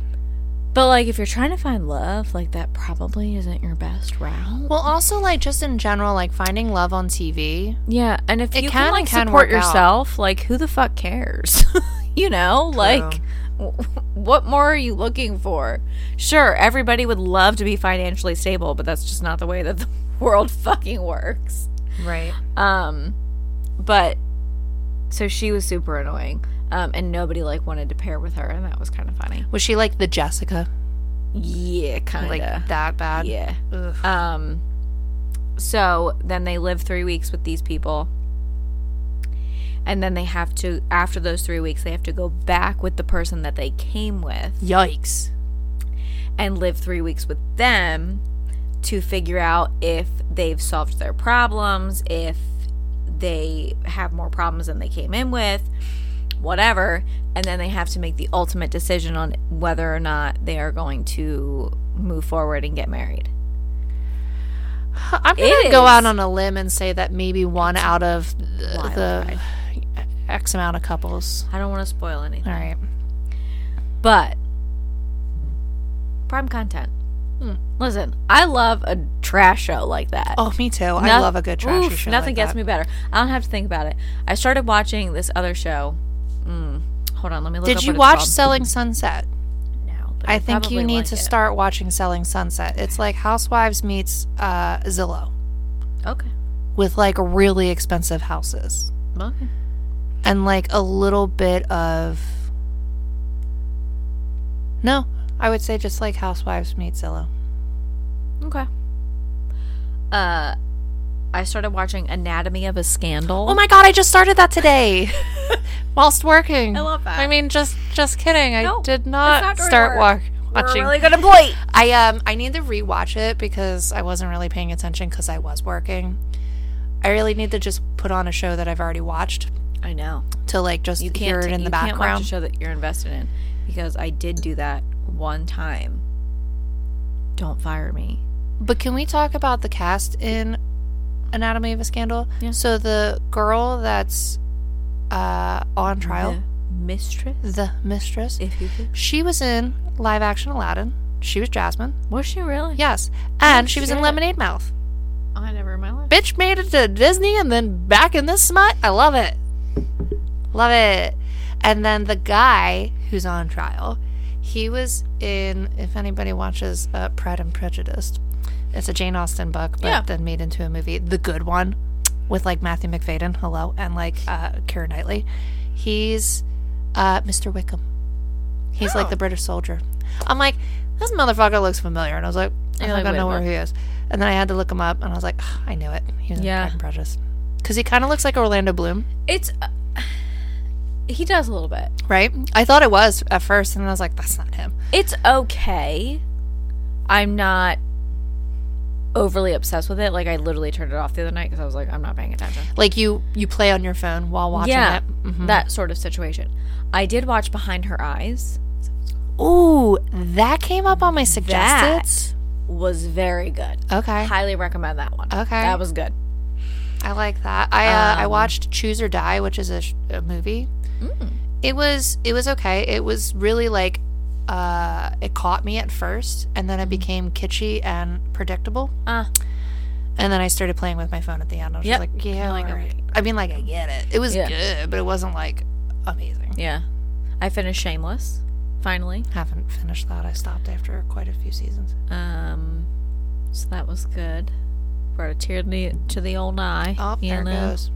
[SPEAKER 2] But like if you're trying to find love, like that probably isn't your best route.
[SPEAKER 1] Well, also like just in general, like finding love on TV.
[SPEAKER 2] Yeah, and if
[SPEAKER 1] It
[SPEAKER 2] you
[SPEAKER 1] can
[SPEAKER 2] can
[SPEAKER 1] and
[SPEAKER 2] like
[SPEAKER 1] can
[SPEAKER 2] support
[SPEAKER 1] work out.
[SPEAKER 2] yourself, like who the fuck cares? you know, like w- what more are you looking for? Sure, everybody would love to be financially stable, but that's just not the way that the world fucking works.
[SPEAKER 1] Right.
[SPEAKER 2] Um, but so she was super annoying. Um, and nobody like wanted to pair with her, and that was kind of funny.
[SPEAKER 1] Was she like the Jessica?
[SPEAKER 2] Yeah, kind of.
[SPEAKER 1] Like that bad?
[SPEAKER 2] yeah.
[SPEAKER 1] Ugh.
[SPEAKER 2] Um, so then they live three weeks with these people. And then they have to, after those three weeks, they have to go back with the person that they came with
[SPEAKER 1] Yikes.
[SPEAKER 2] and live three weeks with them to figure out if they've solved their problems, if they have more problems than they came in with, whatever. And then they have to make the ultimate decision on whether or not they are going to move forward and get married.
[SPEAKER 1] I'm
[SPEAKER 2] It
[SPEAKER 1] gonna go
[SPEAKER 2] is.
[SPEAKER 1] out on a limb and say that maybe one out of the,
[SPEAKER 2] Wild
[SPEAKER 1] the x amount of couples.
[SPEAKER 2] I don't want to spoil anything.
[SPEAKER 1] All right,
[SPEAKER 2] but prime content. Hmm. Listen, I love a trash show like that.
[SPEAKER 1] Oh, me too. I
[SPEAKER 2] Noth-
[SPEAKER 1] love a good trashy
[SPEAKER 2] oof,
[SPEAKER 1] show.
[SPEAKER 2] Nothing
[SPEAKER 1] like
[SPEAKER 2] gets
[SPEAKER 1] that.
[SPEAKER 2] me better. I don't have to think about it. I started watching this other show. Mm, hold on, let me look.
[SPEAKER 1] Did
[SPEAKER 2] up
[SPEAKER 1] you
[SPEAKER 2] what it's
[SPEAKER 1] watch
[SPEAKER 2] called.
[SPEAKER 1] Selling Sunset?
[SPEAKER 2] No, but
[SPEAKER 1] I think you
[SPEAKER 2] probably
[SPEAKER 1] need
[SPEAKER 2] like
[SPEAKER 1] to
[SPEAKER 2] it.
[SPEAKER 1] start watching Selling Sunset. It's like Housewives meets uh, Zillow
[SPEAKER 2] Okay.
[SPEAKER 1] with like really expensive houses
[SPEAKER 2] Okay.
[SPEAKER 1] and like a little bit of. No, I would say just like Housewives meets Zillow.
[SPEAKER 2] Okay. Uh, I started watching Anatomy of a Scandal.
[SPEAKER 1] Oh my god, I just started that today. Whilst working.
[SPEAKER 2] I love that.
[SPEAKER 1] I mean just just kidding. I
[SPEAKER 2] No,
[SPEAKER 1] did
[SPEAKER 2] it's
[SPEAKER 1] not,
[SPEAKER 2] not during
[SPEAKER 1] start
[SPEAKER 2] work.
[SPEAKER 1] walk,
[SPEAKER 2] We're a
[SPEAKER 1] watching.
[SPEAKER 2] really good employee.
[SPEAKER 1] I um I need to rewatch it because I wasn't really paying attention cuz I was working. I really need to just put on a show that I've already watched
[SPEAKER 2] I know.
[SPEAKER 1] to like just
[SPEAKER 2] You can't
[SPEAKER 1] hear it in
[SPEAKER 2] you
[SPEAKER 1] the
[SPEAKER 2] can't watch a
[SPEAKER 1] background.
[SPEAKER 2] show that you're invested in because I did do that one time. Don't fire me.
[SPEAKER 1] But can we talk about the cast in Anatomy of a Scandal?
[SPEAKER 2] Yeah.
[SPEAKER 1] So the girl that's uh on trial,
[SPEAKER 2] The mistress,
[SPEAKER 1] the mistress,
[SPEAKER 2] if you could.
[SPEAKER 1] she was in live action Aladdin. She was Jasmine.
[SPEAKER 2] Was she really?
[SPEAKER 1] Yes. And she was in
[SPEAKER 2] shit.
[SPEAKER 1] Lemonade Mouth.
[SPEAKER 2] Oh, I never in my life.
[SPEAKER 1] Bitch made it to Disney and then back in this smut. I love it. Love it. And then the guy who's on trial, he was in, if anybody watches uh, Pride and Prejudice, it's a Jane Austen book, but
[SPEAKER 2] Yeah.
[SPEAKER 1] then made into a movie. The good one with like Matthew McFadden, hello, and like uh, Karen Knightley. He's uh, Mr. Wickham. He's like
[SPEAKER 2] Oh.
[SPEAKER 1] the British soldier. I'm like, this motherfucker looks familiar. And I was like, I
[SPEAKER 2] And you're
[SPEAKER 1] don't
[SPEAKER 2] like,
[SPEAKER 1] know
[SPEAKER 2] wait a
[SPEAKER 1] where he is. And then I had to look him up, and I was like, "Ugh, I knew it. He was
[SPEAKER 2] Yeah.
[SPEAKER 1] in Pride and Prejudice. Because he kind of looks like Orlando Bloom,
[SPEAKER 2] It's. Uh, he does a little bit.
[SPEAKER 1] right? I thought it was at first, and then I was like, that's not him.
[SPEAKER 2] It's okay. I'm not overly obsessed with it. Like I literally turned it off the other night because I was like, I'm not paying attention.
[SPEAKER 1] Like you, you play on your phone while watching
[SPEAKER 2] Yeah.
[SPEAKER 1] it. Mhm.
[SPEAKER 2] That sort of situation. I did watch Behind Her Eyes.
[SPEAKER 1] Ooh, that came up on my suggested.
[SPEAKER 2] Was very good.
[SPEAKER 1] Okay,
[SPEAKER 2] Highly recommend that one.
[SPEAKER 1] Okay.
[SPEAKER 2] That was good.
[SPEAKER 1] I like that. I uh, I
[SPEAKER 2] Um,
[SPEAKER 1] watched Choose or Die, which is a, sh- a movie. Mm. It was it was okay. It was really like uh it caught me at first and then it became kitschy and predictable
[SPEAKER 2] Ah.
[SPEAKER 1] and then i started playing with my phone at the end i was
[SPEAKER 2] Yep.
[SPEAKER 1] just like yeah
[SPEAKER 2] You're like,
[SPEAKER 1] all
[SPEAKER 2] okay.
[SPEAKER 1] right. i mean like i get it it was
[SPEAKER 2] Yeah.
[SPEAKER 1] good but it wasn't like amazing
[SPEAKER 2] Yeah. I finished Shameless, finally.
[SPEAKER 1] haven't finished that i stopped after quite a few seasons
[SPEAKER 2] Um so that was good. Brought a tear to the, to the old eye.
[SPEAKER 1] oh
[SPEAKER 2] you
[SPEAKER 1] there it
[SPEAKER 2] know?
[SPEAKER 1] goes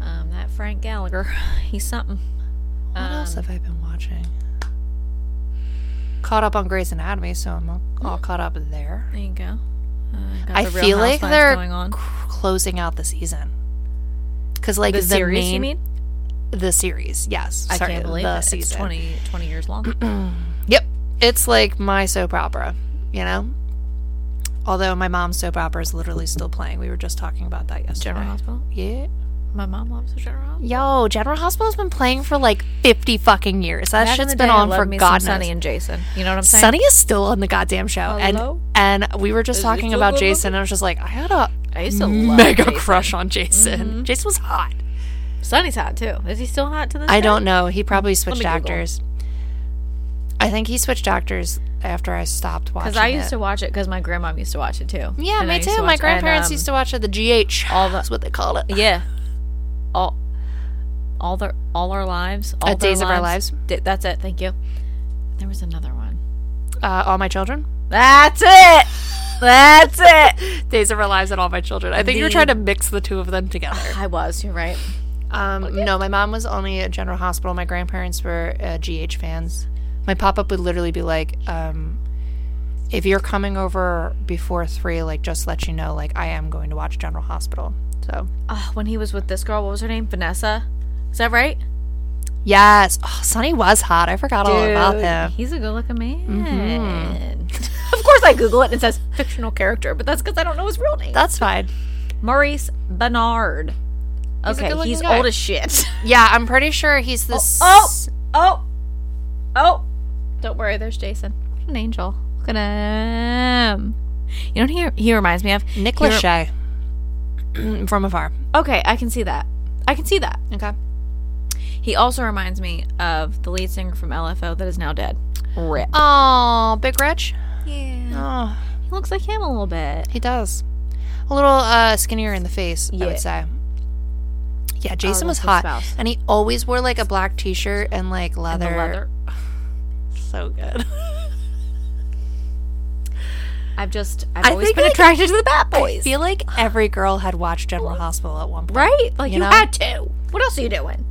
[SPEAKER 2] Um that Frank Gallagher. He's something.
[SPEAKER 1] what else
[SPEAKER 2] Um,
[SPEAKER 1] have i been watching caught up on grey's anatomy so i'm all, all caught up there
[SPEAKER 2] There you go. Uh, got
[SPEAKER 1] I
[SPEAKER 2] the Real
[SPEAKER 1] feel like
[SPEAKER 2] Housewives
[SPEAKER 1] they're
[SPEAKER 2] going on.
[SPEAKER 1] closing out the season. Because like the,
[SPEAKER 2] series,
[SPEAKER 1] main,
[SPEAKER 2] you mean?
[SPEAKER 1] the series, yes.
[SPEAKER 2] I
[SPEAKER 1] Sorry,
[SPEAKER 2] can't believe
[SPEAKER 1] the
[SPEAKER 2] it.
[SPEAKER 1] season.
[SPEAKER 2] It's 20, 20 years long.
[SPEAKER 1] Yep, it's like my soap opera, you know. Although my mom's soap opera is literally still playing. We were just talking about that yesterday.
[SPEAKER 2] General Hospital.
[SPEAKER 1] Yeah.
[SPEAKER 2] My mom loves the General Hospital.
[SPEAKER 1] Yo, General Hospital's been playing for like fifty fucking years. That
[SPEAKER 2] Back in
[SPEAKER 1] shit's
[SPEAKER 2] the
[SPEAKER 1] been
[SPEAKER 2] day, I
[SPEAKER 1] on
[SPEAKER 2] loved
[SPEAKER 1] for
[SPEAKER 2] me
[SPEAKER 1] God
[SPEAKER 2] some
[SPEAKER 1] knows.
[SPEAKER 2] Sonny and Jason. You know what I'm saying?
[SPEAKER 1] Sunny is still on the goddamn show,
[SPEAKER 2] Hello?
[SPEAKER 1] and and we were just
[SPEAKER 2] Is he
[SPEAKER 1] talking
[SPEAKER 2] still
[SPEAKER 1] about
[SPEAKER 2] good looking?
[SPEAKER 1] Jason, and I was just like, I had a
[SPEAKER 2] I used to love
[SPEAKER 1] mega
[SPEAKER 2] Jason.
[SPEAKER 1] crush on Jason. Jason was hot.
[SPEAKER 2] Sonny's hot too. Is he still hot to this? day?
[SPEAKER 1] I don't know. He probably switched
[SPEAKER 2] Google.
[SPEAKER 1] actors. I think he switched actors after I stopped watching.
[SPEAKER 2] Because I used
[SPEAKER 1] it.
[SPEAKER 2] to watch it because my grandma used to watch it too.
[SPEAKER 1] Yeah,
[SPEAKER 2] And I
[SPEAKER 1] me
[SPEAKER 2] used
[SPEAKER 1] too.
[SPEAKER 2] to
[SPEAKER 1] My
[SPEAKER 2] watch-
[SPEAKER 1] grandparents
[SPEAKER 2] and,
[SPEAKER 1] used to watch it. The GH.
[SPEAKER 2] all the-
[SPEAKER 1] that's what they call it.
[SPEAKER 2] um, Yeah. All, all their, all our lives, all
[SPEAKER 1] Uh,
[SPEAKER 2] their
[SPEAKER 1] Days of Our Lives.
[SPEAKER 2] Th- That's it. Thank you. There was another one.
[SPEAKER 1] Uh, all my children.
[SPEAKER 2] That's it. That's it.
[SPEAKER 1] Days of Our Lives and All My Children. I think you were
[SPEAKER 2] The-
[SPEAKER 1] trying to mix the two of them together.
[SPEAKER 2] I was. You're right.
[SPEAKER 1] Um, No, my mom was only at General Hospital. My grandparents were uh, GH fans. My pop up would literally be like, um, if you're coming over before three, like just let you know, like I am going to watch General Hospital. So
[SPEAKER 2] Oh, when he was with this girl, what was her name? Vanessa. Is that right?
[SPEAKER 1] Yes. Oh, Sonny was hot. I forgot all about him. Mm-hmm.
[SPEAKER 2] He's a good-looking man. of course, I Google it and it says fictional character, but that's because I don't know his real name.
[SPEAKER 1] That's fine.
[SPEAKER 2] Maurice Bernard.
[SPEAKER 1] He's a
[SPEAKER 2] Okay,
[SPEAKER 1] good-looking
[SPEAKER 2] he's
[SPEAKER 1] guy.
[SPEAKER 2] old as shit.
[SPEAKER 1] Yeah, I'm pretty sure he's the.
[SPEAKER 2] Oh, oh, oh! Don't worry, there's Jason. What an angel. Look at him. You know what he, he reminds me of?
[SPEAKER 1] Nick
[SPEAKER 2] He re-
[SPEAKER 1] Lachey Mm, from afar.
[SPEAKER 2] Mm. okay, I can see that. I can see that.
[SPEAKER 1] Okay.
[SPEAKER 2] He also reminds me of the lead singer from LFO that is now dead. Rip.
[SPEAKER 1] Oh, Big Rich.
[SPEAKER 2] Yeah.
[SPEAKER 1] Oh,
[SPEAKER 2] He looks like him a little bit.
[SPEAKER 1] he does. A little uh, skinnier in the face, I
[SPEAKER 2] Yeah. Oh,
[SPEAKER 1] would say. Yeah, Jason was
[SPEAKER 2] that's his
[SPEAKER 1] hot,
[SPEAKER 2] spouse.
[SPEAKER 1] and he always wore like a black T-shirt and like
[SPEAKER 2] The
[SPEAKER 1] leather.
[SPEAKER 2] leather.
[SPEAKER 1] So good.
[SPEAKER 2] I've just, I've
[SPEAKER 1] I
[SPEAKER 2] always
[SPEAKER 1] think,
[SPEAKER 2] been
[SPEAKER 1] like,
[SPEAKER 2] attracted to the bad
[SPEAKER 1] I
[SPEAKER 2] boys.
[SPEAKER 1] feel like every girl had watched General Hospital at one point.
[SPEAKER 2] right? Like,
[SPEAKER 1] You
[SPEAKER 2] you,
[SPEAKER 1] know?
[SPEAKER 2] had to. What else are you doing?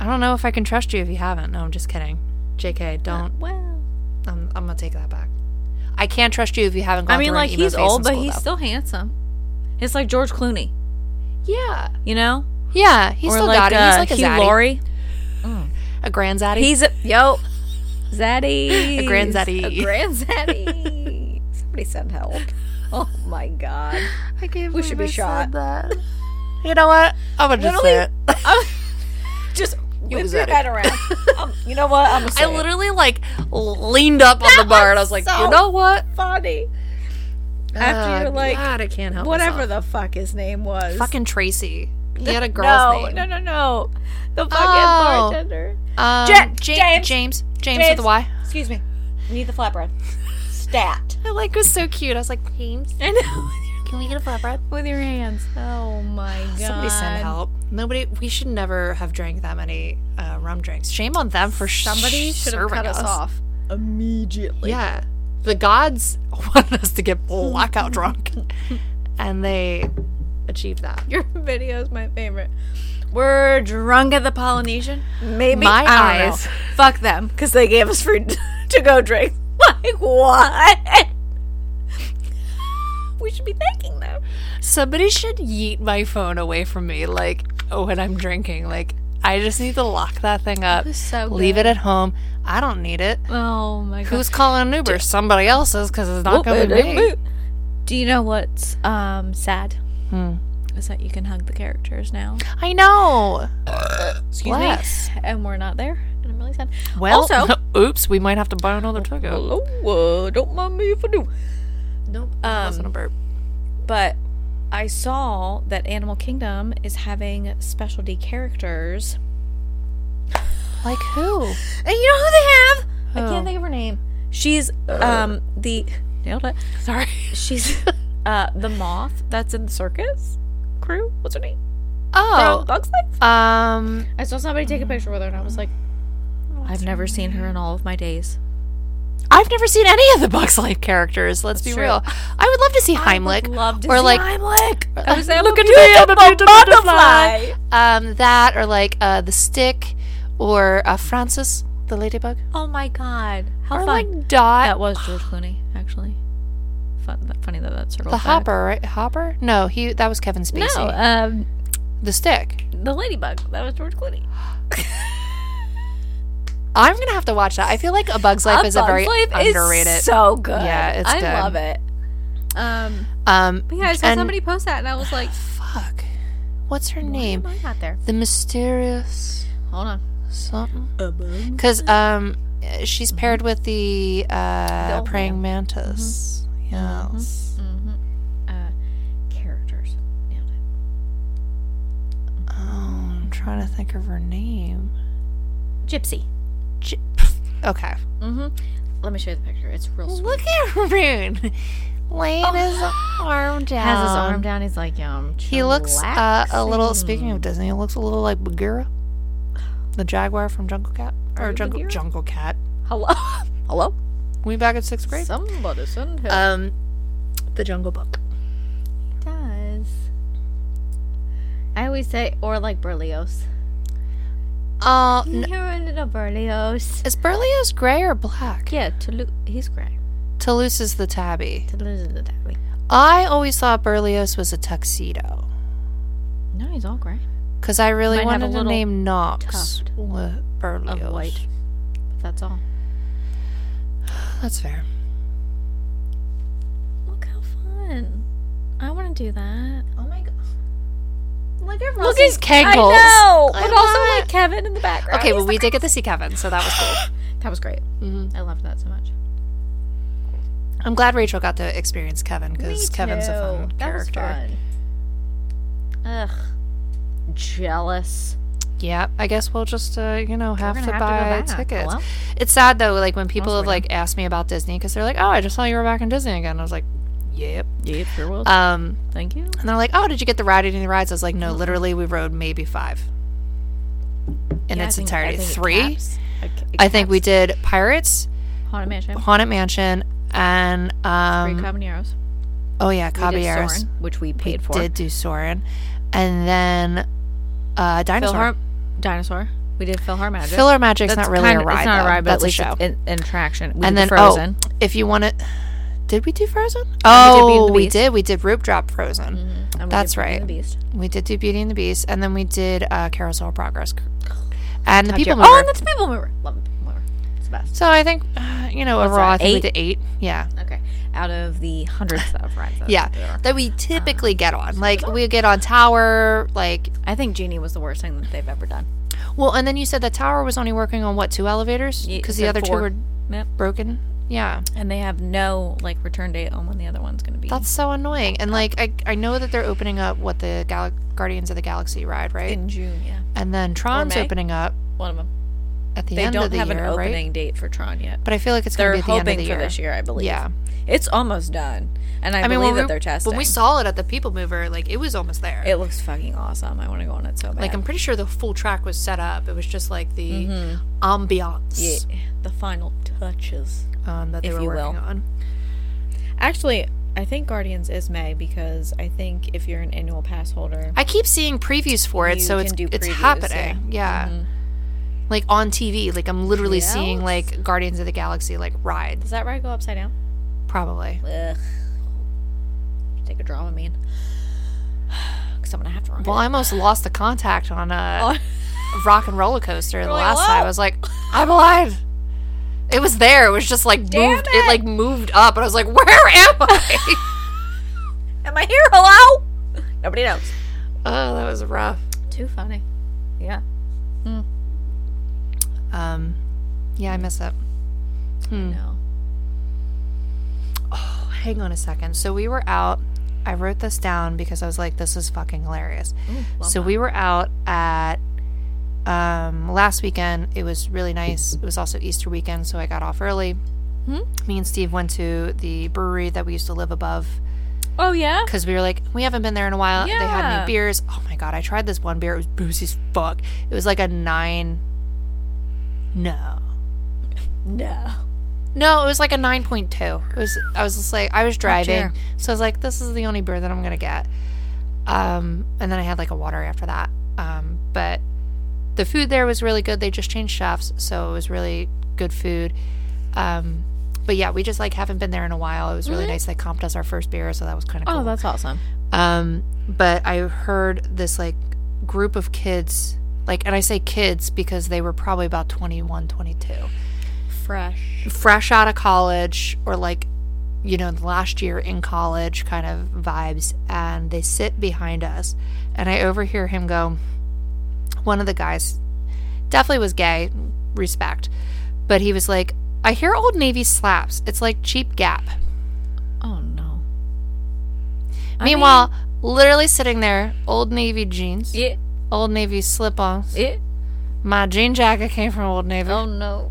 [SPEAKER 1] I don't know if I can trust you if you haven't. No, I'm just kidding. Jk, don't.
[SPEAKER 2] Well,
[SPEAKER 1] I'm, I'm gonna take that back. I can't trust you if you haven't. Gone
[SPEAKER 2] I mean,
[SPEAKER 1] through an
[SPEAKER 2] like,
[SPEAKER 1] emo
[SPEAKER 2] he's
[SPEAKER 1] phase in
[SPEAKER 2] old, but
[SPEAKER 1] school,
[SPEAKER 2] he's
[SPEAKER 1] though.
[SPEAKER 2] still handsome. It's like George Clooney,
[SPEAKER 1] Yeah.
[SPEAKER 2] you know?
[SPEAKER 1] Yeah. He's still got it. He's like uh, a
[SPEAKER 2] Hugh
[SPEAKER 1] zaddy.
[SPEAKER 2] Laurie.
[SPEAKER 1] A grand zaddy.
[SPEAKER 2] He's a yo, zaddy,
[SPEAKER 1] A grand zaddy.
[SPEAKER 2] a grand zaddy. Somebody send help. Oh my god.
[SPEAKER 1] I can't
[SPEAKER 2] we should
[SPEAKER 1] believe
[SPEAKER 2] be shot.
[SPEAKER 1] I said that. you know what? I'm gonna just say it.
[SPEAKER 2] Literally- I'm- just whip
[SPEAKER 1] was
[SPEAKER 2] your
[SPEAKER 1] at it.
[SPEAKER 2] head around. Um, you know what? I'm gonna say
[SPEAKER 1] I
[SPEAKER 2] it.
[SPEAKER 1] literally like leaned up on the bar and I was like,
[SPEAKER 2] so
[SPEAKER 1] you know what?
[SPEAKER 2] funny. After
[SPEAKER 1] Ah,
[SPEAKER 2] you're like
[SPEAKER 1] God, I can't help
[SPEAKER 2] whatever
[SPEAKER 1] myself.
[SPEAKER 2] the fuck his name was.
[SPEAKER 1] Fucking Tracy. He had a girl's
[SPEAKER 2] no,
[SPEAKER 1] name.
[SPEAKER 2] no, no, no. The fucking
[SPEAKER 1] Oh.
[SPEAKER 2] bartender. Ja-
[SPEAKER 1] Um, Ja-
[SPEAKER 2] James.
[SPEAKER 1] James. James.
[SPEAKER 2] James.
[SPEAKER 1] with a Y.
[SPEAKER 2] Excuse me. You need the flatbread. Stat.
[SPEAKER 1] I like was so cute. I was like, James,
[SPEAKER 2] I know.
[SPEAKER 1] can we get a flatbread?
[SPEAKER 2] With your hands. Oh my god.
[SPEAKER 1] Somebody send help. Nobody. We should never have drank that many uh, rum drinks. Shame on them for
[SPEAKER 2] Somebody
[SPEAKER 1] sh-
[SPEAKER 2] should have
[SPEAKER 1] serving
[SPEAKER 2] cut us off immediately.
[SPEAKER 1] Yeah, the gods wanted us to get blackout drunk, and they achieved that.
[SPEAKER 2] Your video is my favorite. We're drunk at the Polynesian. Maybe I
[SPEAKER 1] My
[SPEAKER 2] don't know.
[SPEAKER 1] eyes.
[SPEAKER 2] Fuck them, because they gave us free to go drinks. Like what? we should be thanking them.
[SPEAKER 1] Somebody should yeet my phone away from me, like oh, when I'm drinking. Like I just need to lock that thing up.
[SPEAKER 2] was so
[SPEAKER 1] Leave it at home. I don't need it.
[SPEAKER 2] Oh my
[SPEAKER 1] Who's calling an Uber? Somebody else is because it's not going to be me.
[SPEAKER 2] Do you know what's um sad?
[SPEAKER 1] Hmm.
[SPEAKER 2] Is that you can hug the characters now.
[SPEAKER 1] I know.
[SPEAKER 2] Excuse
[SPEAKER 1] Bless.
[SPEAKER 2] me. And we're not there. And I'm really sad.
[SPEAKER 1] Well,
[SPEAKER 2] Also-
[SPEAKER 1] oops, we might have to buy another taco.
[SPEAKER 2] Hello, uh, don't mind me if I do.
[SPEAKER 1] Nope,
[SPEAKER 2] Um,
[SPEAKER 1] wasn't a burp.
[SPEAKER 2] But I saw that Animal Kingdom is having specialty characters.
[SPEAKER 1] Like who?
[SPEAKER 2] And you know who they have? I
[SPEAKER 1] Who?
[SPEAKER 2] can't think of her name. She's um the nailed it.
[SPEAKER 1] Sorry.
[SPEAKER 2] She's uh the moth that's in the circus crew. What's her name?
[SPEAKER 1] Oh,
[SPEAKER 2] From Bugs Life.
[SPEAKER 1] um,
[SPEAKER 2] I saw somebody take a picture with her, and I was like, I've never seen Mm-hmm. her in all of my days.
[SPEAKER 1] I've never seen any of the Bugs Life characters. Let's be
[SPEAKER 2] true.
[SPEAKER 1] real. I would love to see Heimlich.
[SPEAKER 2] Love to
[SPEAKER 1] or
[SPEAKER 2] see
[SPEAKER 1] like,
[SPEAKER 2] Heimlich. I was
[SPEAKER 1] Look
[SPEAKER 2] at
[SPEAKER 1] at me, I'm a beautiful butterfly. Um, that or like uh, the stick, or uh, Francis the ladybug,
[SPEAKER 2] Oh my god, how
[SPEAKER 1] or
[SPEAKER 2] Oh, fun!
[SPEAKER 1] like Dot
[SPEAKER 2] That was George Clooney, actually. Fun, that, funny that that circle.
[SPEAKER 1] the Hopper, right? Hopper? No, he that was Kevin
[SPEAKER 2] No,
[SPEAKER 1] Spacey.
[SPEAKER 2] um,
[SPEAKER 1] the stick.
[SPEAKER 2] the ladybug. That was George Clooney.
[SPEAKER 1] I'm gonna have to watch that. I feel like A Bug's Life is a
[SPEAKER 2] Bug's
[SPEAKER 1] very
[SPEAKER 2] Life is
[SPEAKER 1] underrated.
[SPEAKER 2] so good.
[SPEAKER 1] Yeah, it's
[SPEAKER 2] I
[SPEAKER 1] good.
[SPEAKER 2] love it. Um,
[SPEAKER 1] um,
[SPEAKER 2] but yeah, I saw
[SPEAKER 1] and-
[SPEAKER 2] somebody post that, and I was like,
[SPEAKER 1] fuck. What's her
[SPEAKER 2] "Why am
[SPEAKER 1] name?
[SPEAKER 2] I not there?"
[SPEAKER 1] The mysterious
[SPEAKER 2] Hold on. Mm-hmm.
[SPEAKER 1] something. Because um, she's paired with the
[SPEAKER 2] The
[SPEAKER 1] uh,
[SPEAKER 2] old
[SPEAKER 1] praying mantis. Yes.
[SPEAKER 2] Mm-hmm. Uh, characters. Nailed it.
[SPEAKER 1] Oh, I'm trying to think of her name.
[SPEAKER 2] Gypsy.
[SPEAKER 1] J- okay.
[SPEAKER 2] Mm-hmm. Let me show you the picture. It's real sweet.
[SPEAKER 1] Look at Oh, Rune laying his arm down.
[SPEAKER 2] Has his arm down. He's like, um,
[SPEAKER 1] He looks uh, a little. Speaking of Disney, he looks a little like Bagheera, the jaguar from Jungle Cat
[SPEAKER 2] Are
[SPEAKER 1] or
[SPEAKER 2] you
[SPEAKER 1] Jungle
[SPEAKER 2] Bagheera?
[SPEAKER 1] Jungle Cat.
[SPEAKER 2] hello, hello. Uh,
[SPEAKER 1] We back in sixth grade.
[SPEAKER 2] Somebody send help.
[SPEAKER 1] Um, the Jungle Book.
[SPEAKER 2] does. I always say, or like Berlioz.
[SPEAKER 1] Oh, n-
[SPEAKER 2] You're a little Berlioz.
[SPEAKER 1] is Berlioz gray or black?
[SPEAKER 2] Yeah, Toulouse. He's gray.
[SPEAKER 1] Toulouse is the tabby.
[SPEAKER 2] Toulouse is the daddy.
[SPEAKER 1] I always thought Berlioz was a tuxedo
[SPEAKER 2] No, he's all gray.
[SPEAKER 1] because I really
[SPEAKER 2] Might have a
[SPEAKER 1] wanted to
[SPEAKER 2] little
[SPEAKER 1] name Knox
[SPEAKER 2] tuft
[SPEAKER 1] with Berlioz.
[SPEAKER 2] white. But that's all.
[SPEAKER 1] That's fair.
[SPEAKER 2] Look how fun. I want to do that.
[SPEAKER 1] Oh my god.
[SPEAKER 2] Look at
[SPEAKER 1] Look at his keg
[SPEAKER 2] I
[SPEAKER 1] holes.
[SPEAKER 2] know,
[SPEAKER 1] I
[SPEAKER 2] but
[SPEAKER 1] love
[SPEAKER 2] also
[SPEAKER 1] it.
[SPEAKER 2] like Kevin in the background.
[SPEAKER 1] Okay,
[SPEAKER 2] He's
[SPEAKER 1] well, we
[SPEAKER 2] like,
[SPEAKER 1] did get to see Kevin, so that was cool.
[SPEAKER 2] that was great.
[SPEAKER 1] hmm
[SPEAKER 2] I loved that so much.
[SPEAKER 1] I'm glad Rachel got to experience Kevin because
[SPEAKER 2] Me
[SPEAKER 1] Kevin's a
[SPEAKER 2] too.
[SPEAKER 1] fun
[SPEAKER 2] That was
[SPEAKER 1] character.
[SPEAKER 2] fun. Ugh, jealous.
[SPEAKER 1] Yeah, I guess we'll just uh, you know have
[SPEAKER 2] gonna
[SPEAKER 1] to
[SPEAKER 2] have to go
[SPEAKER 1] buy
[SPEAKER 2] back.
[SPEAKER 1] tickets.
[SPEAKER 2] Hello?
[SPEAKER 1] It's sad though, like when people
[SPEAKER 2] was
[SPEAKER 1] have
[SPEAKER 2] weird.
[SPEAKER 1] like asked me about Disney because they're like, "Oh, I just saw you were back in Disney again." I was like, "Yep."
[SPEAKER 2] Yep, sure was.
[SPEAKER 1] Um,
[SPEAKER 2] Thank you.
[SPEAKER 1] and they're like, "Oh, did you get the ride any of the rides?" I was like,
[SPEAKER 2] Uh-huh.
[SPEAKER 1] "No, literally, we rode maybe five in
[SPEAKER 2] Yeah, I
[SPEAKER 1] its
[SPEAKER 2] think-
[SPEAKER 1] entirety.
[SPEAKER 2] I think it
[SPEAKER 1] Three.
[SPEAKER 2] caps. It ca- it
[SPEAKER 1] I think we
[SPEAKER 2] caps
[SPEAKER 1] did Pirates,
[SPEAKER 2] Haunted Mansion,
[SPEAKER 1] Haunted Mansion, and
[SPEAKER 2] three
[SPEAKER 1] um,
[SPEAKER 2] Caballeros,
[SPEAKER 1] oh yeah,
[SPEAKER 2] we did
[SPEAKER 1] Caballeros.
[SPEAKER 2] Soarin', which we paid for.
[SPEAKER 1] did do Soren, and then uh, Dinosaur.
[SPEAKER 2] Philhar Dinosaur. We did Philhar Magic.
[SPEAKER 1] Filler Magic's not really
[SPEAKER 2] kinda-
[SPEAKER 1] a ride.
[SPEAKER 2] It's not
[SPEAKER 1] though.
[SPEAKER 2] a ride, but
[SPEAKER 1] That's
[SPEAKER 2] at least
[SPEAKER 1] a show.
[SPEAKER 2] it's an, an attraction. We
[SPEAKER 1] and oh,
[SPEAKER 2] did
[SPEAKER 1] then
[SPEAKER 2] Frozen.
[SPEAKER 1] oh, if you want to, Did we do Frozen?
[SPEAKER 2] And we did Beauty and
[SPEAKER 1] Oh,
[SPEAKER 2] the
[SPEAKER 1] we
[SPEAKER 2] Beast. Mm-hmm.
[SPEAKER 1] did. We did Roop Drop Frozen.
[SPEAKER 2] And we
[SPEAKER 1] That's
[SPEAKER 2] did Beauty and
[SPEAKER 1] right.
[SPEAKER 2] the Beast.
[SPEAKER 1] We did do Beauty and the Beast, and then we did uh, Carousel of Progress, and the
[SPEAKER 2] Top
[SPEAKER 1] People
[SPEAKER 2] tier.
[SPEAKER 1] Mover.
[SPEAKER 2] Oh, and that's People Mover. Love People Mover. It's the best.
[SPEAKER 1] so I think, uh, you know, overall,
[SPEAKER 2] that,
[SPEAKER 1] I think
[SPEAKER 2] eight?
[SPEAKER 1] we did eight. Yeah,
[SPEAKER 2] Okay. Out of the hundreds of rhymes. that
[SPEAKER 1] yeah,
[SPEAKER 2] there are.
[SPEAKER 1] that we typically get on. Like we get on Tower, like
[SPEAKER 2] I think Genie was the worst thing that they've ever done.
[SPEAKER 1] well, and then you said that Tower was only working on what two elevators
[SPEAKER 2] Ye-
[SPEAKER 1] because
[SPEAKER 2] said
[SPEAKER 1] the other
[SPEAKER 2] four.
[SPEAKER 1] two were
[SPEAKER 2] Yep.
[SPEAKER 1] broken. Yeah,
[SPEAKER 2] And they have no like return date on when the other one's going to be.
[SPEAKER 1] that's so annoying. And like I, I know that they're opening up what the Gal- Guardians of the Galaxy ride, right?
[SPEAKER 2] in June. Yeah.
[SPEAKER 1] and then Tron's
[SPEAKER 2] May.
[SPEAKER 1] opening up
[SPEAKER 2] One of them.
[SPEAKER 1] at the
[SPEAKER 2] They
[SPEAKER 1] end
[SPEAKER 2] don't
[SPEAKER 1] of the
[SPEAKER 2] have
[SPEAKER 1] year,
[SPEAKER 2] an
[SPEAKER 1] right?
[SPEAKER 2] opening date for Tron yet.
[SPEAKER 1] But I feel like it's
[SPEAKER 2] They're
[SPEAKER 1] going to be at the
[SPEAKER 2] hoping
[SPEAKER 1] end of the
[SPEAKER 2] for
[SPEAKER 1] year.
[SPEAKER 2] this year, I believe.
[SPEAKER 1] Yeah.
[SPEAKER 2] It's almost done. And I, believe
[SPEAKER 1] when
[SPEAKER 2] that
[SPEAKER 1] we-
[SPEAKER 2] they're testing.
[SPEAKER 1] When we saw it at the People Mover, like it was almost there.
[SPEAKER 2] it looks fucking awesome. I want to go on it so bad.
[SPEAKER 1] like I'm pretty sure the full track was set up. It was just like the
[SPEAKER 2] Mm-hmm.
[SPEAKER 1] ambiance
[SPEAKER 2] Yeah, the final touches.
[SPEAKER 1] um, that they
[SPEAKER 2] If
[SPEAKER 1] were
[SPEAKER 2] you
[SPEAKER 1] working
[SPEAKER 2] will.
[SPEAKER 1] on.
[SPEAKER 2] Actually, I think Guardians is May because I think if you're an annual pass holder,
[SPEAKER 1] I keep seeing previews for it,
[SPEAKER 2] You
[SPEAKER 1] so
[SPEAKER 2] can
[SPEAKER 1] it's
[SPEAKER 2] do
[SPEAKER 1] it's
[SPEAKER 2] previews, Mm-hmm.
[SPEAKER 1] happening. Yeah. Like on TV, like I'm literally seeing
[SPEAKER 2] Yes.
[SPEAKER 1] like Guardians of the Galaxy like rides
[SPEAKER 2] does that right go upside down?
[SPEAKER 1] probably.
[SPEAKER 2] Ugh. Take a drama man. Because I'm gonna have to run.
[SPEAKER 1] Well, I almost lost the contact on a rock and roller coaster the
[SPEAKER 2] like,
[SPEAKER 1] last
[SPEAKER 2] "Whoa."
[SPEAKER 1] time. I was like, I'm alive. It was there. It was just like
[SPEAKER 2] Damn
[SPEAKER 1] moved.
[SPEAKER 2] it.
[SPEAKER 1] It like moved up, and I was like, where am I?
[SPEAKER 2] Am I here? Hello? Nobody knows.
[SPEAKER 1] Oh, that was rough.
[SPEAKER 2] Too funny. Yeah.
[SPEAKER 1] Um, yeah, I mess up. Hmm.
[SPEAKER 2] No.
[SPEAKER 1] Hang on a second. So we were out. I wrote this down because I was like, this is fucking hilarious. so we were out at um, last weekend. It was really nice. It was also Easter weekend, so I got off early. Me and Steve went to the brewery that we used to live above
[SPEAKER 2] Oh yeah.
[SPEAKER 1] because we were like, we haven't been there in a while. They had
[SPEAKER 2] Yeah.
[SPEAKER 1] new beers. Oh my god, I tried this one beer. It was boozy as fuck. It was like a nine. No.
[SPEAKER 2] No.
[SPEAKER 1] No, it was like a nine point two. It was I was just like I was driving,
[SPEAKER 2] sure.
[SPEAKER 1] so I was like, this is the only beer that I'm gonna get. Um, and then I had like a water after that. Um, but the food there was really good. They just changed chefs, so it was really good food. Um, but yeah, we just like haven't been there in a while. It was really nice. They comped us our first beer, so that was kind of cool.
[SPEAKER 2] Mm-hmm. Oh, that's awesome.
[SPEAKER 1] Um, but I heard this like group of kids, like, and I say kids because they were probably about 21, 22,
[SPEAKER 2] Fresh.
[SPEAKER 1] fresh out of college or like, you know, the last year in college kind of vibes. And they sit behind us, and I overhear him go, one of the guys definitely was gay, respect, but he was like, I hear Old Navy slaps. It's like cheap gap.
[SPEAKER 2] Oh no. I
[SPEAKER 1] Meanwhile, literally sitting there, Old Navy jeans.
[SPEAKER 2] mean,
[SPEAKER 1] Old Navy slip-ons.
[SPEAKER 2] it. It.
[SPEAKER 1] My jean jacket came from Old Navy.
[SPEAKER 2] Oh no.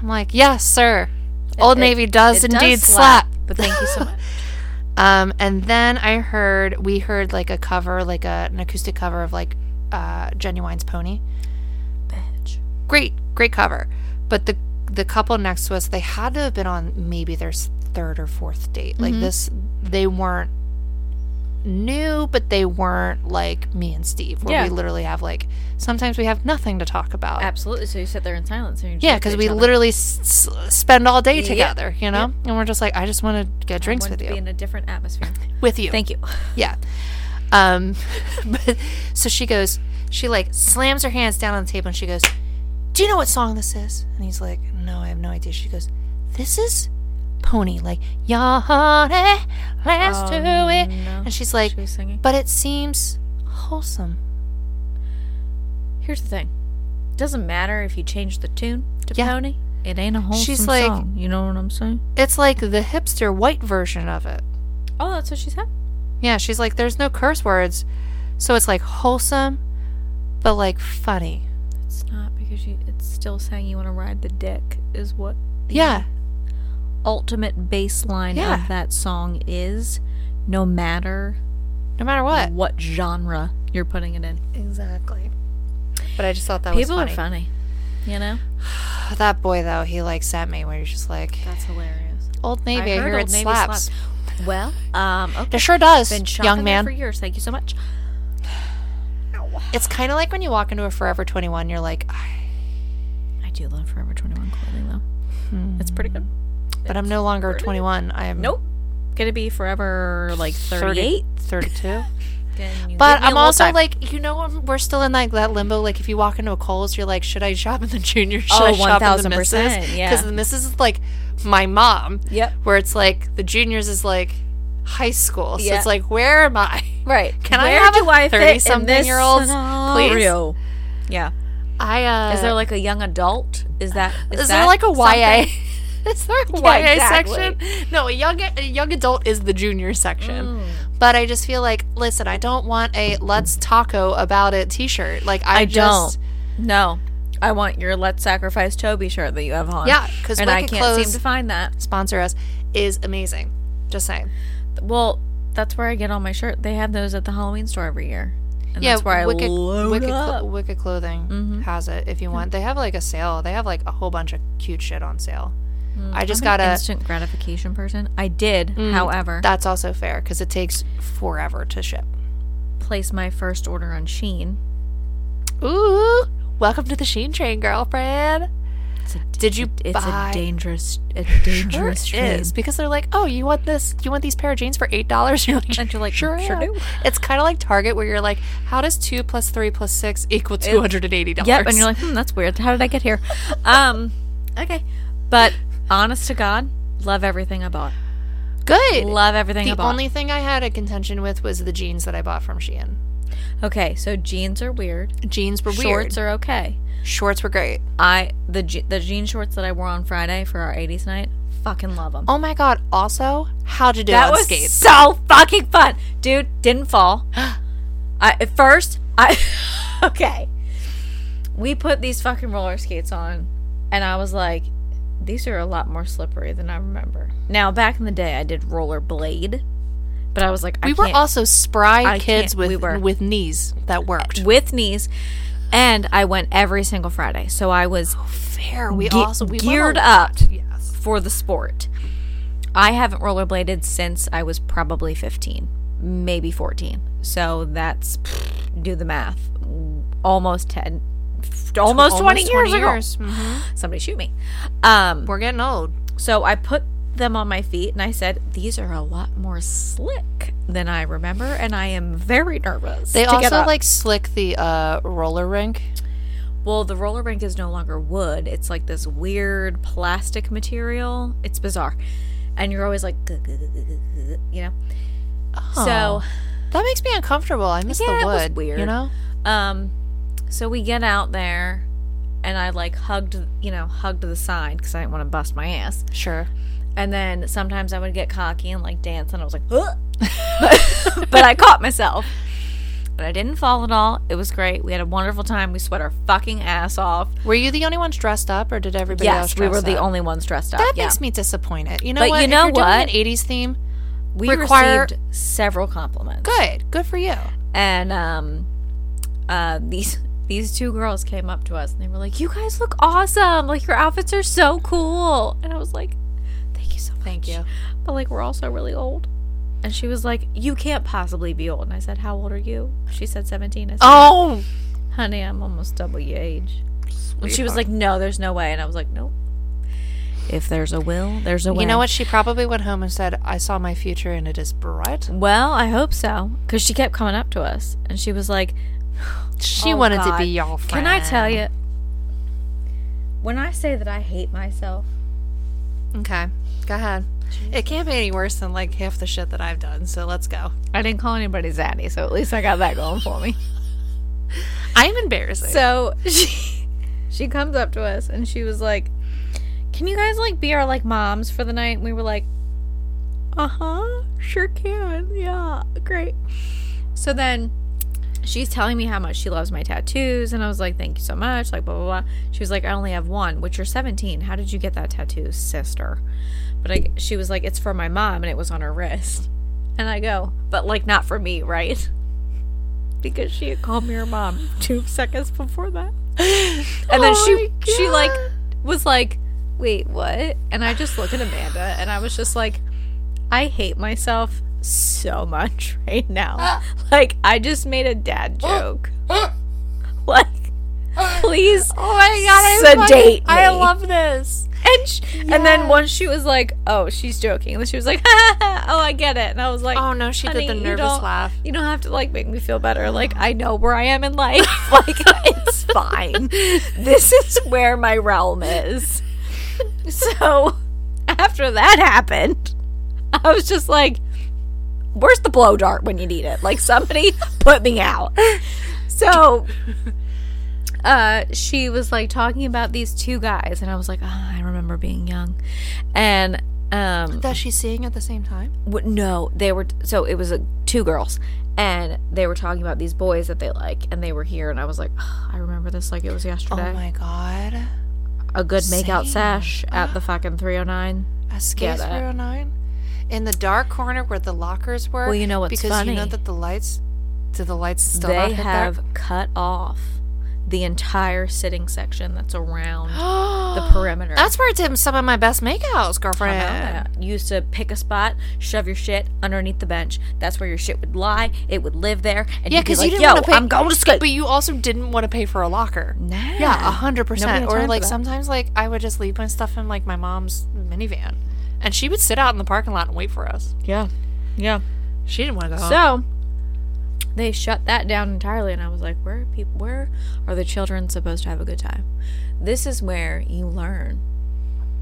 [SPEAKER 1] I'm like, yes, sir. Old Navy does
[SPEAKER 2] It
[SPEAKER 1] indeed
[SPEAKER 2] does
[SPEAKER 1] slap.
[SPEAKER 2] But thank you so much.
[SPEAKER 1] Um, and then I heard we heard like a cover, like a, an acoustic cover of like uh, Genuine's Pony.
[SPEAKER 2] Bitch.
[SPEAKER 1] Great, great cover. But the the couple next to us, they had to have been on maybe their s- third or fourth date.
[SPEAKER 2] Mm-hmm.
[SPEAKER 1] Like this, they weren't new, but they weren't like me and Steve, where
[SPEAKER 2] Yeah.
[SPEAKER 1] we literally have like sometimes we have nothing to talk about.
[SPEAKER 2] Absolutely. So you sit there in silence and you just
[SPEAKER 1] Yeah,
[SPEAKER 2] look at
[SPEAKER 1] because we
[SPEAKER 2] each other.
[SPEAKER 1] literally s- s- spend all day
[SPEAKER 2] Yep.
[SPEAKER 1] together, you know, and we're just like, I just want to get
[SPEAKER 2] I
[SPEAKER 1] drinks
[SPEAKER 2] want
[SPEAKER 1] with
[SPEAKER 2] to
[SPEAKER 1] you,
[SPEAKER 2] Be in a different atmosphere.
[SPEAKER 1] with you,
[SPEAKER 2] Thank you.
[SPEAKER 1] yeah. Um, but so she goes, she like slams her hands down on the table and she goes, "Do you know what song this is?" And he's like, "No, I have no idea." She goes, "This is Pony, like your honey last to
[SPEAKER 2] Um,
[SPEAKER 1] it,"
[SPEAKER 2] no.
[SPEAKER 1] and she's like,
[SPEAKER 2] She was singing.
[SPEAKER 1] "But it seems wholesome."
[SPEAKER 2] Here's the thing. Doesn't matter if you change the tune to
[SPEAKER 1] Yeah.
[SPEAKER 2] Pony. It ain't a wholesome
[SPEAKER 1] She's like-
[SPEAKER 2] song. You know what I'm saying?
[SPEAKER 1] It's like the hipster white version of it.
[SPEAKER 2] Oh, that's what she said.
[SPEAKER 1] Yeah, she's like, there's no curse words. So it's like wholesome, but like funny.
[SPEAKER 2] It's not because you. It's still saying you want to ride the dick is what the
[SPEAKER 1] Yeah.
[SPEAKER 2] ultimate baseline
[SPEAKER 1] Yeah.
[SPEAKER 2] of that song is, no matter
[SPEAKER 1] No matter what.
[SPEAKER 2] what genre you're putting it in.
[SPEAKER 1] Exactly. But I just thought that
[SPEAKER 2] People
[SPEAKER 1] was
[SPEAKER 2] are funny.
[SPEAKER 1] funny.
[SPEAKER 2] You know?
[SPEAKER 1] That boy though, he like sent me where you're just like
[SPEAKER 2] That's hilarious.
[SPEAKER 1] Old Navy, I, hear
[SPEAKER 2] Old
[SPEAKER 1] it
[SPEAKER 2] Navy
[SPEAKER 1] slaps.
[SPEAKER 2] slaps. Well, um, okay.
[SPEAKER 1] It sure does,
[SPEAKER 2] Been shopping
[SPEAKER 1] young
[SPEAKER 2] there
[SPEAKER 1] man.
[SPEAKER 2] for years. Thank you so much.
[SPEAKER 1] it's kind of like when you walk into a Forever 21, you're like, "Ah,
[SPEAKER 2] Hmm. I do love Forever 21 clothing though. It's pretty good.
[SPEAKER 1] But I'm no longer 21. I'm
[SPEAKER 2] Nope. Gonna be forever like 38.
[SPEAKER 1] 30 32.
[SPEAKER 2] Then you
[SPEAKER 1] But
[SPEAKER 2] give me a
[SPEAKER 1] I'm
[SPEAKER 2] little
[SPEAKER 1] also
[SPEAKER 2] time.
[SPEAKER 1] like, you know, I'm- we're still in like that limbo. Like, if you walk into a Kohl's, you're like, should I shop in the junior? Should
[SPEAKER 2] Oh,
[SPEAKER 1] I shop in the
[SPEAKER 2] 1000%,
[SPEAKER 1] misses?
[SPEAKER 2] yeah.
[SPEAKER 1] Because the misses is like my mom,
[SPEAKER 2] Yep.
[SPEAKER 1] where it's like the juniors is like high school. So
[SPEAKER 2] Yeah.
[SPEAKER 1] it's like, where am I?
[SPEAKER 2] Right.
[SPEAKER 1] Can I
[SPEAKER 2] Where
[SPEAKER 1] have a
[SPEAKER 2] do I fit in
[SPEAKER 1] 30-something
[SPEAKER 2] this
[SPEAKER 1] year olds,
[SPEAKER 2] scenario? Yeah.
[SPEAKER 1] I uh,
[SPEAKER 2] Is there like a young adult? Is that is,
[SPEAKER 1] is,
[SPEAKER 2] that
[SPEAKER 1] there like a YA?
[SPEAKER 2] something-
[SPEAKER 1] is there a
[SPEAKER 2] Yeah,
[SPEAKER 1] YA
[SPEAKER 2] exactly.
[SPEAKER 1] section? No, a young a young adult is the junior section.
[SPEAKER 2] Mm.
[SPEAKER 1] But I just feel like, listen, I don't want a "Let's Taco About It" T-shirt. Like I,
[SPEAKER 2] I
[SPEAKER 1] just,
[SPEAKER 2] don't. No. I want your "Let's Sacrifice Toby" shirt that you have on.
[SPEAKER 1] Yeah, 'cause
[SPEAKER 2] and I
[SPEAKER 1] Wicked
[SPEAKER 2] can't
[SPEAKER 1] Clothes-
[SPEAKER 2] seem to find that.
[SPEAKER 1] sponsor us is amazing. Just saying.
[SPEAKER 2] Well, that's where I get all my shirt. They have those at the Halloween store every year. And that's where I
[SPEAKER 1] Wicked,
[SPEAKER 2] load
[SPEAKER 1] Wicked, Clo-
[SPEAKER 2] up. Mm-hmm.
[SPEAKER 1] Wicked Clothing has it if you want. They have like a sale. They have like a whole bunch of cute shit on sale. I just
[SPEAKER 2] Mm, I'm an
[SPEAKER 1] got a.
[SPEAKER 2] instant gratification person. I did, however,
[SPEAKER 1] That's also fair because it takes forever to ship.
[SPEAKER 2] place my first order on Sheen.
[SPEAKER 1] Ooh, welcome to the Sheen train, girlfriend.
[SPEAKER 2] It's a,
[SPEAKER 1] Did you
[SPEAKER 2] it's
[SPEAKER 1] buy?
[SPEAKER 2] a dangerous, a
[SPEAKER 1] Sure
[SPEAKER 2] dangerous trade.
[SPEAKER 1] is because they're like, oh, you want this? You want these pair of jeans for eight dollars? You're like,
[SPEAKER 2] And you're like,
[SPEAKER 1] sure,
[SPEAKER 2] "Sure
[SPEAKER 1] am."
[SPEAKER 2] do.
[SPEAKER 1] It's kind of like Target where you're like, how does two plus three plus six equal two hundred and eighty dollars?
[SPEAKER 2] Yep, and you're like, hmm, that's weird. How did I get here? Um, okay, but honest to God, love everything I bought.
[SPEAKER 1] good.
[SPEAKER 2] Love everything I
[SPEAKER 1] the
[SPEAKER 2] bought.
[SPEAKER 1] only thing I had a contention with was the jeans that I bought from Shein.
[SPEAKER 2] okay, so jeans are weird.
[SPEAKER 1] Jeans were weird.
[SPEAKER 2] Shorts are okay.
[SPEAKER 1] Shorts were great.
[SPEAKER 2] I the je- the jean shorts that I wore on Friday for our '80s night, fucking love them.
[SPEAKER 1] Oh my god! Also, how to do
[SPEAKER 2] that
[SPEAKER 1] on
[SPEAKER 2] was
[SPEAKER 1] skates?
[SPEAKER 2] so fucking fun, dude. Didn't fall. I, at first, I okay. We put these fucking roller skates on, and I was like, "These are a lot more slippery than I remember." Now, back in the day, I did roller blade, but I was like,
[SPEAKER 1] we
[SPEAKER 2] I
[SPEAKER 1] were
[SPEAKER 2] can't-
[SPEAKER 1] also spry
[SPEAKER 2] I
[SPEAKER 1] kids
[SPEAKER 2] can't-
[SPEAKER 1] with
[SPEAKER 2] we were.
[SPEAKER 1] with knees that worked.
[SPEAKER 2] with knees," and I went every single Friday, so I was
[SPEAKER 1] Fair. We
[SPEAKER 2] ge-
[SPEAKER 1] also we went a
[SPEAKER 2] geared
[SPEAKER 1] lot.
[SPEAKER 2] up.
[SPEAKER 1] Yes.
[SPEAKER 2] for the sport. I haven't rollerbladed since I was probably 15, maybe 14. So that's pfft, do the math. Almost 10 almost, 20 years, Mm-hmm. ago.
[SPEAKER 1] Mhm.
[SPEAKER 2] Somebody shoot me. Um
[SPEAKER 1] We're getting old.
[SPEAKER 2] so I put them on my feet and I said these are a lot more slick than I remember and I am very nervous.
[SPEAKER 1] They
[SPEAKER 2] to get
[SPEAKER 1] also
[SPEAKER 2] up.
[SPEAKER 1] like slick the uh, roller rink.
[SPEAKER 2] well the roller rink is no longer wood. It's like this weird plastic material. It's bizarre. And you're always like you know. So
[SPEAKER 1] that makes me uncomfortable. I miss
[SPEAKER 2] Yeah,
[SPEAKER 1] the
[SPEAKER 2] it
[SPEAKER 1] wood.
[SPEAKER 2] was weird.
[SPEAKER 1] You know,
[SPEAKER 2] Um, so we get out there, and I like hugged, you know, hugged the side because I didn't want to bust my ass.
[SPEAKER 1] sure.
[SPEAKER 2] And then sometimes I would get cocky and like dance, and I was like, "Ugh." but, but I caught myself. But I didn't fall at all. It was great. We had a wonderful time. We sweat our fucking ass off.
[SPEAKER 1] Were you the only ones dressed up, or did everybody else?
[SPEAKER 2] yes, we
[SPEAKER 1] dress
[SPEAKER 2] were the
[SPEAKER 1] up?
[SPEAKER 2] only ones dressed up.
[SPEAKER 1] That
[SPEAKER 2] yeah.
[SPEAKER 1] makes me disappointed. You know
[SPEAKER 2] But you
[SPEAKER 1] what?
[SPEAKER 2] know
[SPEAKER 1] if you're doing
[SPEAKER 2] what?
[SPEAKER 1] an '80s theme.
[SPEAKER 2] we
[SPEAKER 1] require-
[SPEAKER 2] received several compliments.
[SPEAKER 1] Good. Good for you.
[SPEAKER 2] and um uh these these two girls came up to us and they were like you guys look awesome like your outfits are so cool and i was like thank you so much
[SPEAKER 1] Thank you.
[SPEAKER 2] but like we're also really old and she was like you can't possibly be old and i said how old are you she said 17 i said
[SPEAKER 1] Oh,
[SPEAKER 2] honey i'm almost double your age and she was like no there's no way and i was like nope if there's a will there's a way
[SPEAKER 1] you know what? She probably went home and said, "I saw my future, and it is bright."
[SPEAKER 2] well i hope so because she kept coming up to us and she was like
[SPEAKER 1] She
[SPEAKER 2] Oh,
[SPEAKER 1] wanted
[SPEAKER 2] God.
[SPEAKER 1] to be your friend.
[SPEAKER 2] Can I tell you? When I say that I hate myself,
[SPEAKER 1] Okay, go ahead. It can't be any worse than like half the shit that I've done. So let's go.
[SPEAKER 2] I didn't call anybody zaddy, so at least I got that going for me.
[SPEAKER 1] I'm embarrassing.
[SPEAKER 2] so she she comes up to us and she was like, "Can you guys like be our like moms for the night?" And we were like, "Uh huh, sure can, yeah, great." So then she's telling me how much she loves my tattoos, and I was like, "Thank you so much," like blah blah blah. She was like, "I only have one, which you're 17. How did you get that tattoo, sister?" But I, she was like, "It's for my mom, and it was on her wrist." And I go, "But like not for me, right?" Because she had called me her mom two seconds before that, and then
[SPEAKER 1] Oh
[SPEAKER 2] she
[SPEAKER 1] my
[SPEAKER 2] she like
[SPEAKER 1] God.
[SPEAKER 2] was like, "Wait, what?" And I just look at Amanda, and I was just like, "I hate myself." So much right now. Like, I just made a dad joke. Like, please.
[SPEAKER 1] Oh my god, I
[SPEAKER 2] Sedate
[SPEAKER 1] fucking- I
[SPEAKER 2] me.
[SPEAKER 1] love this.
[SPEAKER 2] And sh- and then
[SPEAKER 1] Yes.
[SPEAKER 2] once she was like, "Oh, she's joking," and then she was like, "Oh, I get it," and I was like,
[SPEAKER 1] Oh no, she
[SPEAKER 2] Honey,
[SPEAKER 1] did
[SPEAKER 2] you
[SPEAKER 1] the nervous
[SPEAKER 2] don't-
[SPEAKER 1] laugh.
[SPEAKER 2] "You don't have to like make me feel better. Like I know where I am in life. like it's fine. This is where my realm is." So after that happened, I was just like, "Where's the blow dart when you need it? Like somebody put me out." So uh, she was like talking about these two guys, and I was like, ah, I remember being young, and um,
[SPEAKER 1] That she's seeing at the same time?
[SPEAKER 2] w- no, they were so it was uh, two girls, and they were talking about these boys that they like, and they were here, and I was like, ah, I remember this like it was yesterday.
[SPEAKER 1] Oh my god.
[SPEAKER 2] A good makeout
[SPEAKER 1] same.
[SPEAKER 2] sash at the fucking three hundred nine.
[SPEAKER 1] Escape
[SPEAKER 2] Get it.
[SPEAKER 1] 309? In the dark corner where the lockers were.
[SPEAKER 2] Well, you know what's
[SPEAKER 1] because you know
[SPEAKER 2] funny?
[SPEAKER 1] that the lights, do the lights still not
[SPEAKER 2] They
[SPEAKER 1] hit there?
[SPEAKER 2] have cut off the entire sitting section that's around the perimeter.
[SPEAKER 1] That's where I did some of my best makeouts, girlfriend.
[SPEAKER 2] Yeah. You used to pick a spot, shove your shit underneath the bench. That's where your shit would lie. It would live there. And
[SPEAKER 1] Yeah,
[SPEAKER 2] you'd be
[SPEAKER 1] because you
[SPEAKER 2] like,
[SPEAKER 1] didn't want
[SPEAKER 2] "Yo,
[SPEAKER 1] to pay.
[SPEAKER 2] I'm going to school.
[SPEAKER 1] But you also didn't want to pay for a locker.
[SPEAKER 2] Nah.
[SPEAKER 1] Yeah, a hundred
[SPEAKER 2] Nobody
[SPEAKER 1] percent.
[SPEAKER 2] had
[SPEAKER 1] Or
[SPEAKER 2] time for
[SPEAKER 1] like
[SPEAKER 2] that.
[SPEAKER 1] sometimes, like I would just leave my stuff in like my mom's minivan, and she would sit out in the parking lot and wait for us.
[SPEAKER 2] Yeah. Yeah.
[SPEAKER 1] She didn't want to go home.
[SPEAKER 2] So they shut that down entirely, and I was like, "Where are people? Where are the children supposed to have a good time? This is where you learn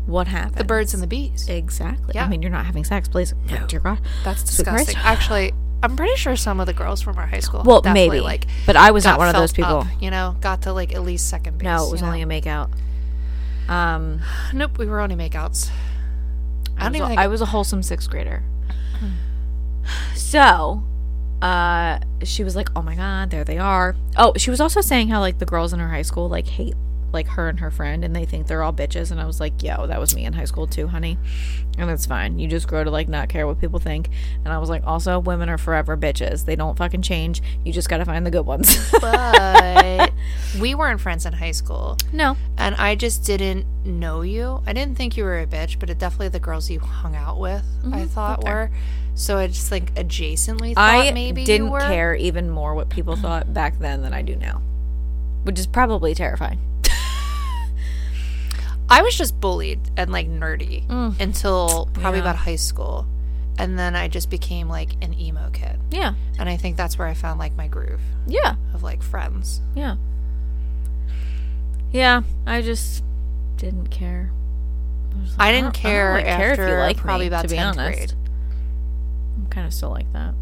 [SPEAKER 2] what happened.
[SPEAKER 1] the birds and the bees.
[SPEAKER 2] Exactly. I
[SPEAKER 1] Yeah.
[SPEAKER 2] mean, you're not having sex, please. No. Dear God.
[SPEAKER 1] That's
[SPEAKER 2] Sweet Christ.
[SPEAKER 1] disgusting. Actually, I'm pretty sure some of the girls from our high school.
[SPEAKER 2] Well,
[SPEAKER 1] definitely,
[SPEAKER 2] maybe.
[SPEAKER 1] Like,
[SPEAKER 2] but I was
[SPEAKER 1] got
[SPEAKER 2] not one of
[SPEAKER 1] felt
[SPEAKER 2] those people.
[SPEAKER 1] up, you know, got to like at least second base.
[SPEAKER 2] No, it was
[SPEAKER 1] you know?
[SPEAKER 2] only a makeout. Um,
[SPEAKER 1] Nope, we were only makeouts. I
[SPEAKER 2] I
[SPEAKER 1] don't
[SPEAKER 2] was,
[SPEAKER 1] even
[SPEAKER 2] a-
[SPEAKER 1] think
[SPEAKER 2] I was a wholesome sixth grader. so, uh, she was like, "Oh my god, there they are." Oh, she was also saying how like the girls in her high school like hate like her and her friend, and they think they're all bitches. And I was like, "Yo, that was me in high school too, honey." And it's fine. You just grow to like not care what people think. And I was like, also, women are forever bitches. They don't fucking change. You just gotta find the good ones.
[SPEAKER 1] but we weren't friends in high school.
[SPEAKER 2] no,
[SPEAKER 1] and I just didn't know you. I didn't think you were a bitch, but it definitely the girls you hung out with, I thought were. So I just like adjacently thought
[SPEAKER 2] Mm-hmm. I
[SPEAKER 1] maybe you
[SPEAKER 2] didn't
[SPEAKER 1] were.
[SPEAKER 2] care even more what people thought back then than I do now, which is probably terrifying.
[SPEAKER 1] I was just bullied and like nerdy until probably about high school, and then I just became like an emo kid,
[SPEAKER 2] Yeah.
[SPEAKER 1] and I think that's where I found like my groove
[SPEAKER 2] Yeah.
[SPEAKER 1] of like friends.
[SPEAKER 2] Yeah. Yeah, I just didn't care. was
[SPEAKER 1] I didn't
[SPEAKER 2] don't-
[SPEAKER 1] care
[SPEAKER 2] really
[SPEAKER 1] after probably about 10th grade.
[SPEAKER 2] I'm kind of still like that.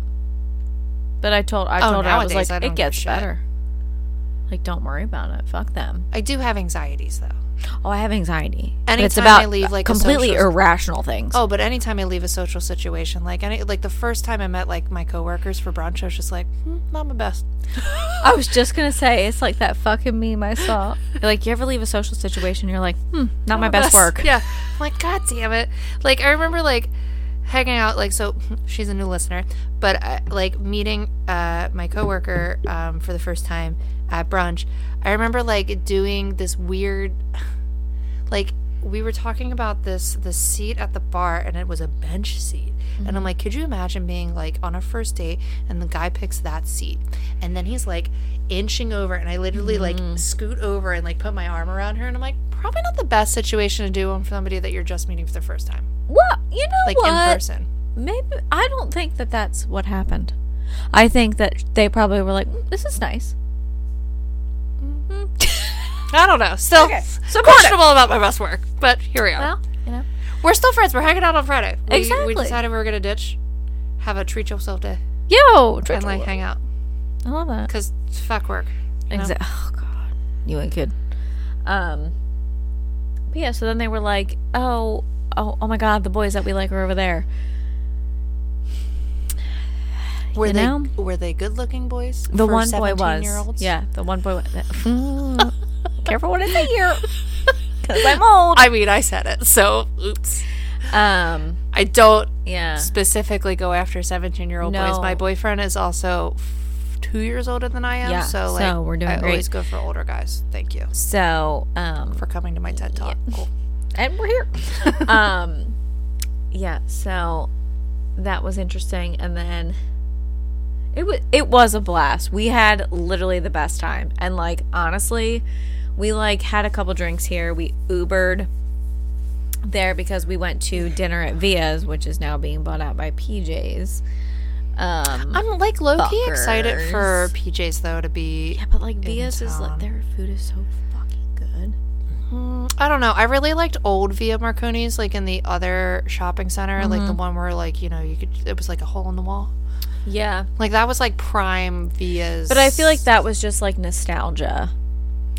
[SPEAKER 2] But I told I
[SPEAKER 1] Oh,
[SPEAKER 2] told her I was
[SPEAKER 1] nowadays
[SPEAKER 2] like
[SPEAKER 1] I don't
[SPEAKER 2] it
[SPEAKER 1] give a
[SPEAKER 2] gets
[SPEAKER 1] shit."
[SPEAKER 2] better. Like don't worry about it. Fuck them.
[SPEAKER 1] I do have anxieties though.
[SPEAKER 2] Oh, I have anxiety. And it's
[SPEAKER 1] Anytime I
[SPEAKER 2] about
[SPEAKER 1] leave, like, a
[SPEAKER 2] completely
[SPEAKER 1] social-
[SPEAKER 2] irrational things.
[SPEAKER 1] Oh, but anytime I leave a social situation, like any, like the first time I met like my coworkers for brunch, I was just like, hmm, not my best.
[SPEAKER 2] I was just gonna say it's like that fucking meme I saw. like you ever leave a social situation, you're like, hmm,
[SPEAKER 1] Oh,
[SPEAKER 2] not my best work.
[SPEAKER 1] Yeah. I'm like, God damn it. Like, I remember, like, hanging out, like, so she's a new listener, but, uh, like, meeting uh, my coworker um, for the first time at brunch. I remember, like, doing this weird, like, we were talking about this the seat at the bar and it was a bench seat and i'm like could you imagine being like on a first date and the guy picks that seat and then he's like inching over and i literally like scoot over and like put my arm around her and i'm like probably not the best situation to do on somebody that you're just meeting for the first time
[SPEAKER 2] Well, you know
[SPEAKER 1] like
[SPEAKER 2] what?
[SPEAKER 1] in person
[SPEAKER 2] Maybe I don't think that that's what happened. I think that they probably were like, "Mm, "This is nice."
[SPEAKER 1] i don't know still
[SPEAKER 2] So
[SPEAKER 1] questionable about my best work but here we are
[SPEAKER 2] Well, you know,
[SPEAKER 1] we're still friends we're hanging out on friday we,
[SPEAKER 2] Exactly.
[SPEAKER 1] we decided we were gonna ditch have a treat yourself day
[SPEAKER 2] yo, George,
[SPEAKER 1] and like hang out
[SPEAKER 2] I love that.
[SPEAKER 1] because fuck work you know?
[SPEAKER 2] Exa- Oh god, you ain't kid. Um, but yeah. So then they were like, "Oh, oh, oh my god, the boys that we like are over there."
[SPEAKER 1] Were
[SPEAKER 2] You
[SPEAKER 1] they
[SPEAKER 2] know?
[SPEAKER 1] were they good looking boys?
[SPEAKER 2] The
[SPEAKER 1] for
[SPEAKER 2] one boy was.
[SPEAKER 1] 17-year-olds?
[SPEAKER 2] Yeah, the one boy. Was, careful what I say here, because I'm old.
[SPEAKER 1] I mean, I said it, so oops.
[SPEAKER 2] Um,
[SPEAKER 1] I don't
[SPEAKER 2] yeah.
[SPEAKER 1] specifically go after seventeen year old boys.
[SPEAKER 2] No.
[SPEAKER 1] My boyfriend is also f- two years older than I am,
[SPEAKER 2] Yeah,
[SPEAKER 1] so
[SPEAKER 2] so
[SPEAKER 1] like
[SPEAKER 2] we're doing
[SPEAKER 1] I
[SPEAKER 2] great.
[SPEAKER 1] always go for older guys. Thank you
[SPEAKER 2] So, um,
[SPEAKER 1] for coming to my TED talk. Cool.
[SPEAKER 2] and we're here. um, yeah. So that was interesting, and then It was it was a blast. We had literally the best time. And like honestly, we like had a couple drinks here. We Ubered there because we went to dinner at Via's, which is now being bought out by PJ's. Um
[SPEAKER 1] I'm like low key excited for
[SPEAKER 2] Fuckers.
[SPEAKER 1] PJ's though to be.
[SPEAKER 2] Yeah, but like Via's is like
[SPEAKER 1] town.
[SPEAKER 2] their food is so fucking good.
[SPEAKER 1] Mm, I don't know. I really liked old Via Marconi's, like in the other shopping center, like the
[SPEAKER 2] Mm-hmm.
[SPEAKER 1] one where like you know you could it was like a hole in the wall.
[SPEAKER 2] Yeah.
[SPEAKER 1] Like that was like prime Via's.
[SPEAKER 2] But I feel like that was just like nostalgia.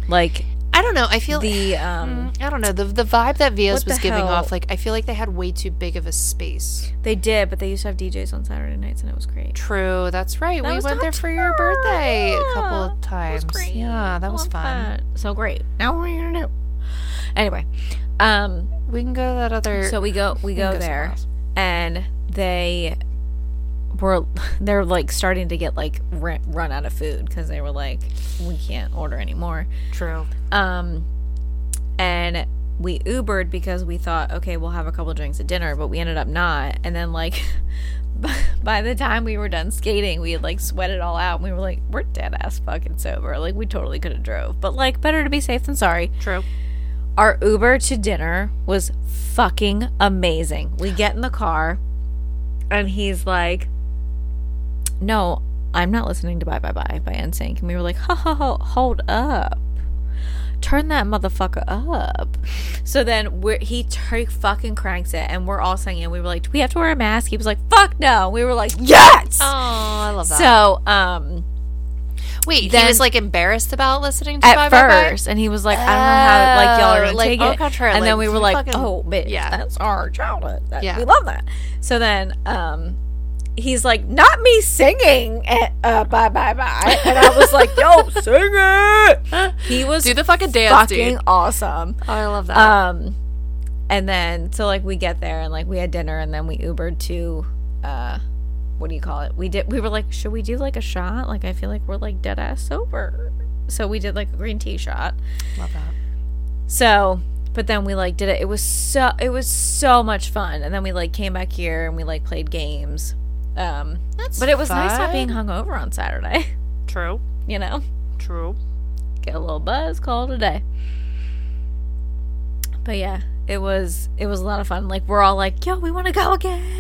[SPEAKER 2] Like
[SPEAKER 1] I don't know. I feel Mm,
[SPEAKER 2] the um
[SPEAKER 1] I don't know the the vibe that Via's
[SPEAKER 2] What
[SPEAKER 1] was
[SPEAKER 2] the
[SPEAKER 1] giving
[SPEAKER 2] hell?
[SPEAKER 1] off. Like I feel like they had way too big of a space.
[SPEAKER 2] they did, but they used to have DJs on Saturday nights and it was great.
[SPEAKER 1] True, that's right.
[SPEAKER 2] That
[SPEAKER 1] we
[SPEAKER 2] was
[SPEAKER 1] went there
[SPEAKER 2] not
[SPEAKER 1] for your birthday
[SPEAKER 2] Yeah,
[SPEAKER 1] a couple of
[SPEAKER 2] that was
[SPEAKER 1] times.
[SPEAKER 2] great.
[SPEAKER 1] Yeah, that
[SPEAKER 2] I
[SPEAKER 1] was
[SPEAKER 2] love
[SPEAKER 1] fun.
[SPEAKER 2] that. So great. Now what are we gonna do? Anyway, um,
[SPEAKER 1] We can go to that other.
[SPEAKER 2] so we go we
[SPEAKER 1] we can
[SPEAKER 2] go
[SPEAKER 1] somewhere
[SPEAKER 2] there,
[SPEAKER 1] else.
[SPEAKER 2] and they were they're like starting to get like ri- run out of food because they were like we can't order anymore.
[SPEAKER 1] True.
[SPEAKER 2] Um, and we Ubered because we thought okay we'll have a couple drinks at dinner, but we ended up not. And then like by the time we were done skating, we had like sweated all out. And we were like we're dead ass fucking sober. Like we totally could have drove, but like better to be safe than sorry.
[SPEAKER 1] True.
[SPEAKER 2] Our Uber to dinner was fucking amazing. We get in the car and he's like, No, I'm not listening to Bye Bye Bye by NSYNC. And we were like, ho, ho, ho, Hold up. Turn that motherfucker up. So then we're, he tur- fucking cranks it and we're all singing. We were like, Do we have to wear a mask? He was like, Fuck no. We were like, Yes.
[SPEAKER 1] Oh, I love that.
[SPEAKER 2] so, um,
[SPEAKER 1] Wait,
[SPEAKER 2] Then-
[SPEAKER 1] he was like embarrassed about listening to
[SPEAKER 2] at
[SPEAKER 1] Bye Bye Bye.
[SPEAKER 2] first, and he was like, "I don't know how like y'all are
[SPEAKER 1] Oh,
[SPEAKER 2] gonna
[SPEAKER 1] like,
[SPEAKER 2] take
[SPEAKER 1] au
[SPEAKER 2] it."
[SPEAKER 1] contraire,
[SPEAKER 2] and then
[SPEAKER 1] like,
[SPEAKER 2] we were
[SPEAKER 1] you
[SPEAKER 2] like,
[SPEAKER 1] fucking-
[SPEAKER 2] "Oh, bitch,
[SPEAKER 1] yeah.
[SPEAKER 2] that's our childhood. That,
[SPEAKER 1] Yeah.
[SPEAKER 2] We love that." So then, um, he's like, "Not me singing." At, uh, bye, bye, bye. And I was like, "Yo, sing it." He was
[SPEAKER 1] Do the fucking dance,
[SPEAKER 2] fucking
[SPEAKER 1] dude.
[SPEAKER 2] awesome.
[SPEAKER 1] Oh, I love that.
[SPEAKER 2] Um, and then so like we get there and like we had dinner and then we Ubered to, uh, what do you call it? We did. We were like, should we do like a shot? Like I feel like we're like dead ass sober. So we did like a green tea shot.
[SPEAKER 1] love that.
[SPEAKER 2] So, but then we like did it. It was so it was so much fun. And then we like came back here and we like played games. Um,
[SPEAKER 1] That's
[SPEAKER 2] but it was nice not being
[SPEAKER 1] fine.
[SPEAKER 2] hungover on Saturday.
[SPEAKER 1] true.
[SPEAKER 2] You know,
[SPEAKER 1] True.
[SPEAKER 2] get a little buzz, call it a day. But yeah, it was it was a lot of fun. Like we're all like, yo, we want to go again.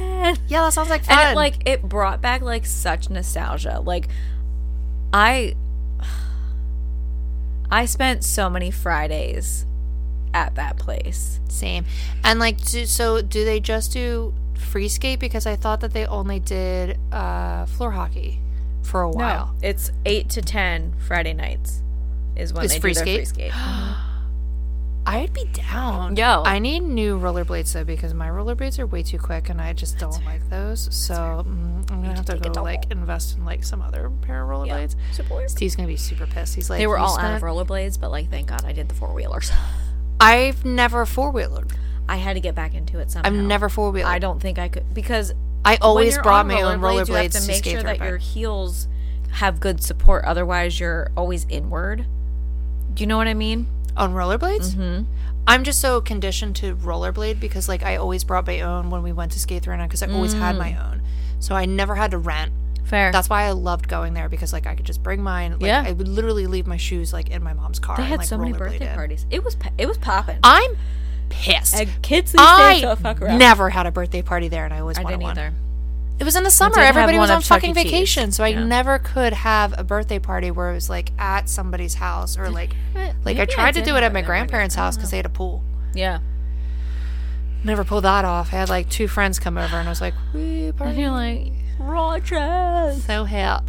[SPEAKER 1] Yeah, that sounds like fun.
[SPEAKER 2] And it, like it brought back like such nostalgia. Like I I spent so many Fridays at that place.
[SPEAKER 1] Same. And like, do, so do they just do free skate? Because I thought that they only did uh, floor hockey for a while.
[SPEAKER 2] No, it's 8 to 10 Friday nights is when
[SPEAKER 1] It's
[SPEAKER 2] they
[SPEAKER 1] free
[SPEAKER 2] do their
[SPEAKER 1] skate?
[SPEAKER 2] free skate.
[SPEAKER 1] I'd be down.
[SPEAKER 2] Yo.
[SPEAKER 1] I need new rollerblades though because my rollerblades are way too quick and I just don't like those. So mm, I'm gonna have to
[SPEAKER 2] take a
[SPEAKER 1] go
[SPEAKER 2] double.
[SPEAKER 1] like invest in like some other pair of rollerblades. Steve's gonna be super pissed. He's like,
[SPEAKER 2] They were
[SPEAKER 1] "You
[SPEAKER 2] all out of
[SPEAKER 1] spent-
[SPEAKER 2] rollerblades, but like thank God I did the four-wheelers.
[SPEAKER 1] I've never four wheelered.
[SPEAKER 2] I had to get back into it somehow.
[SPEAKER 1] I've never four wheelered.
[SPEAKER 2] I
[SPEAKER 1] I,
[SPEAKER 2] don't think I could because
[SPEAKER 1] always
[SPEAKER 2] you're on
[SPEAKER 1] brought my own rollerblades
[SPEAKER 2] you have
[SPEAKER 1] to,
[SPEAKER 2] to make
[SPEAKER 1] skate
[SPEAKER 2] sure
[SPEAKER 1] through.
[SPEAKER 2] that
[SPEAKER 1] but-
[SPEAKER 2] your heels have good support. Otherwise, you're always inward. Do you know what I mean?
[SPEAKER 1] on rollerblades.
[SPEAKER 2] Mhm.
[SPEAKER 1] I'm just so conditioned to rollerblade because like I always brought my own when we went to skate through because I always had my
[SPEAKER 2] Mm.
[SPEAKER 1] own. So I never had to rent.
[SPEAKER 2] Fair.
[SPEAKER 1] That's why I loved going there because like I could just bring mine. Like,
[SPEAKER 2] Yeah.
[SPEAKER 1] I would literally leave my shoes like in my mom's car.
[SPEAKER 2] they
[SPEAKER 1] and,
[SPEAKER 2] had
[SPEAKER 1] like,
[SPEAKER 2] so many birthday
[SPEAKER 1] rollerblade in.
[SPEAKER 2] parties. It was pa- it was popping.
[SPEAKER 1] I'm pissed.
[SPEAKER 2] And kids these days
[SPEAKER 1] I
[SPEAKER 2] don't fuck around.
[SPEAKER 1] never had a birthday party there, and I always
[SPEAKER 2] I
[SPEAKER 1] wanted
[SPEAKER 2] didn't
[SPEAKER 1] one.
[SPEAKER 2] either.
[SPEAKER 1] It was in the summer.
[SPEAKER 2] did have
[SPEAKER 1] Everybody was
[SPEAKER 2] one
[SPEAKER 1] on
[SPEAKER 2] of Chuck E.
[SPEAKER 1] fucking
[SPEAKER 2] Cheese.
[SPEAKER 1] vacation, so I
[SPEAKER 2] Yeah.
[SPEAKER 1] never could have a birthday party where it was like at somebody's house or like like
[SPEAKER 2] Maybe
[SPEAKER 1] I tried to
[SPEAKER 2] did
[SPEAKER 1] do it
[SPEAKER 2] have
[SPEAKER 1] at my
[SPEAKER 2] already.
[SPEAKER 1] grandparents' house because they had a pool.
[SPEAKER 2] Yeah.
[SPEAKER 1] Never pulled that off. I had like two friends come over, and I was like, "We
[SPEAKER 2] And
[SPEAKER 1] party
[SPEAKER 2] you're like, Roger.
[SPEAKER 1] so hip."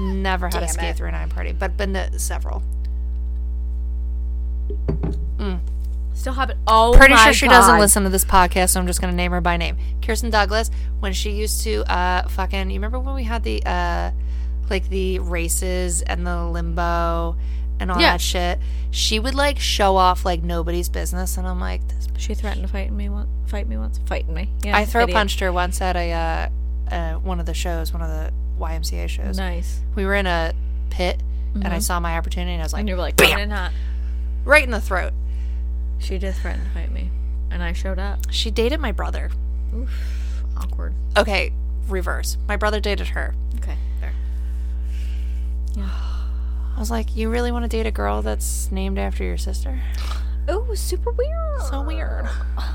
[SPEAKER 1] Never had a
[SPEAKER 2] Damn
[SPEAKER 1] skate
[SPEAKER 2] it.
[SPEAKER 1] through nine party, but been to several.
[SPEAKER 2] Still hopping. Oh,
[SPEAKER 1] Pretty
[SPEAKER 2] my
[SPEAKER 1] sure she doesn't
[SPEAKER 2] God.
[SPEAKER 1] listen to this podcast, so I'm just gonna name her by name. Kirsten Douglas. When she used to uh fucking you remember when we had the uh like the races and the limbo and all
[SPEAKER 2] Yeah.
[SPEAKER 1] that shit. She would like show off like nobody's business and I'm like this
[SPEAKER 2] She threatened to fight me once. Fight me once. Fighting me. Yeah,
[SPEAKER 1] I throw
[SPEAKER 2] idiot.
[SPEAKER 1] punched her once at a uh, uh one of the shows, one of the YMCA shows.
[SPEAKER 2] Nice.
[SPEAKER 1] We were in a pit and
[SPEAKER 2] Mm-hmm.
[SPEAKER 1] I saw my opportunity and I was like
[SPEAKER 2] And you were like,
[SPEAKER 1] Bam!
[SPEAKER 2] coming in hot.
[SPEAKER 1] right in the throat.
[SPEAKER 2] She did threaten to fight me, and I showed up.
[SPEAKER 1] She dated my brother.
[SPEAKER 2] Awkward.
[SPEAKER 1] Okay, reverse. My brother dated her.
[SPEAKER 2] Okay. Fair.
[SPEAKER 1] I was like, you really want to date a girl that's named after your sister?
[SPEAKER 2] Oh, super weird.
[SPEAKER 1] So weird.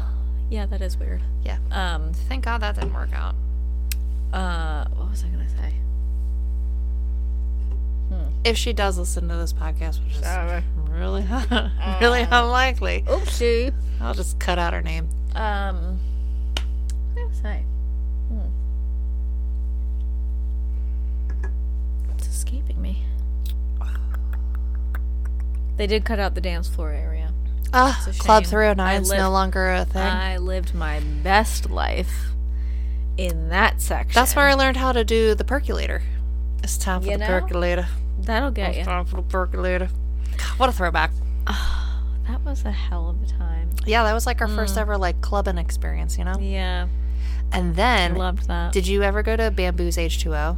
[SPEAKER 2] Yeah, that is weird.
[SPEAKER 1] Yeah.
[SPEAKER 2] Um.
[SPEAKER 1] Thank God that didn't work out.
[SPEAKER 2] Uh. What was I gonna say?
[SPEAKER 1] If she does listen to this podcast, which is
[SPEAKER 2] Ah. Uh,
[SPEAKER 1] really, really unlikely,
[SPEAKER 2] Oopsie.
[SPEAKER 1] I'll just cut out her name.
[SPEAKER 2] Um. What was I gonna say? Hmm. It's escaping me. They did cut out the dance floor area.
[SPEAKER 1] Ah,
[SPEAKER 2] It's a
[SPEAKER 1] Club
[SPEAKER 2] shame.
[SPEAKER 1] 309 is
[SPEAKER 2] I live-
[SPEAKER 1] no longer a thing.
[SPEAKER 2] I lived my best life in that section.
[SPEAKER 1] That's where I learned how to do the percolator. It's time for
[SPEAKER 2] You
[SPEAKER 1] the
[SPEAKER 2] know?
[SPEAKER 1] percolator.
[SPEAKER 2] that'll get
[SPEAKER 1] It's
[SPEAKER 2] you.
[SPEAKER 1] time for the percolator. God, What a throwback.
[SPEAKER 2] That was a hell of a time.
[SPEAKER 1] Yeah, that was like our first ever like clubbing experience, you know?
[SPEAKER 2] Mm. Yeah,
[SPEAKER 1] And
[SPEAKER 2] I
[SPEAKER 1] then
[SPEAKER 2] loved that.
[SPEAKER 1] Did you ever go to Bamboo's H2O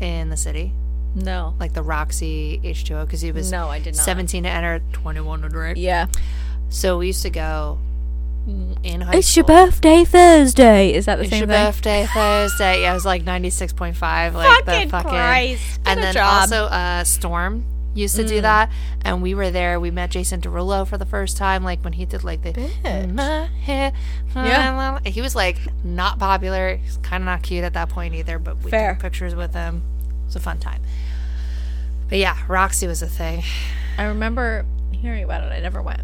[SPEAKER 1] in the city?
[SPEAKER 2] no,
[SPEAKER 1] Like the Roxy H2O? Because it was
[SPEAKER 2] no, I did not.
[SPEAKER 1] 17 to enter, 21 to drink.
[SPEAKER 2] Yeah, Mm,
[SPEAKER 1] So we used to go in high
[SPEAKER 2] it's
[SPEAKER 1] school.
[SPEAKER 2] your birthday Thursday. Is that the
[SPEAKER 1] It's
[SPEAKER 2] same
[SPEAKER 1] your
[SPEAKER 2] thing?
[SPEAKER 1] birthday Thursday. Yeah, it was like 96.5. Like the fucking.
[SPEAKER 2] Get
[SPEAKER 1] And
[SPEAKER 2] a
[SPEAKER 1] then
[SPEAKER 2] job. Mm.
[SPEAKER 1] also uh, Storm used to do that. And we were there. We met Jason Derulo for the first time. Like when he did like the.
[SPEAKER 2] Bitch.
[SPEAKER 1] My hair,
[SPEAKER 2] Yeah.
[SPEAKER 1] my la- He was like not popular. He's kind of not cute at that point either, but we
[SPEAKER 2] Fair.
[SPEAKER 1] took pictures with him. It was a fun time. But yeah, Roxy was a thing.
[SPEAKER 2] I remember hearing about it. I never went.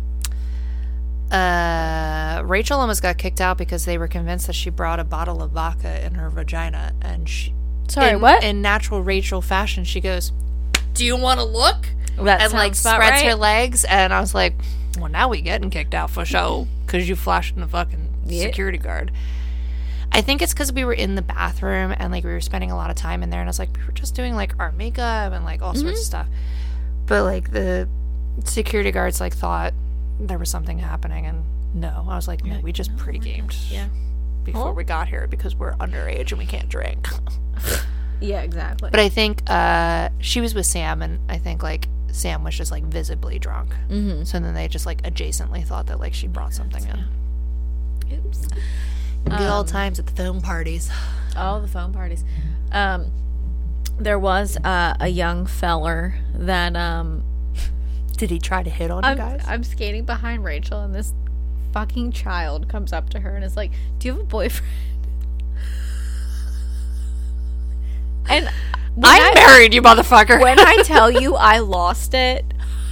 [SPEAKER 1] Uh, Rachel almost got kicked out because they were convinced that she brought a bottle of vodka in her vagina. And she,
[SPEAKER 2] Sorry,
[SPEAKER 1] in,
[SPEAKER 2] what?
[SPEAKER 1] In natural Rachel fashion, she goes, Do you want to look?
[SPEAKER 2] that
[SPEAKER 1] and like
[SPEAKER 2] sounds about
[SPEAKER 1] spreads her
[SPEAKER 2] right.
[SPEAKER 1] legs. And I was like, well, now we getting kicked out for show because you flashing the fucking
[SPEAKER 2] Yeah.
[SPEAKER 1] security guard. I think it's because we were in the bathroom and like we were spending a lot of time in there, and I was like, we were just doing like our makeup and like all
[SPEAKER 2] Mm-hmm.
[SPEAKER 1] sorts of stuff. But like the security guards like thought there was something happening, and no, I was like, no, we just pre gamed
[SPEAKER 2] "Oh Yeah. Oh.
[SPEAKER 1] before we got here because we're underage and we can't drink.
[SPEAKER 2] Yeah, exactly.
[SPEAKER 1] But I think uh, she was with Sam, and I think like Sam was just like visibly drunk. Mm-hmm. So then they just like adjacently thought that like she brought something in.
[SPEAKER 2] Oops.
[SPEAKER 1] Good old times at the film parties.
[SPEAKER 2] All the phone parties. Um, there was uh, a young feller that um,
[SPEAKER 1] Did he try to hit on
[SPEAKER 2] I'm,
[SPEAKER 1] you guys?
[SPEAKER 2] I'm skating behind Rachel, and this fucking child comes up to her and is like, "Do you have a boyfriend?" and when
[SPEAKER 1] I'm
[SPEAKER 2] I,
[SPEAKER 1] married, you motherfucker.
[SPEAKER 2] when I tell you I lost it,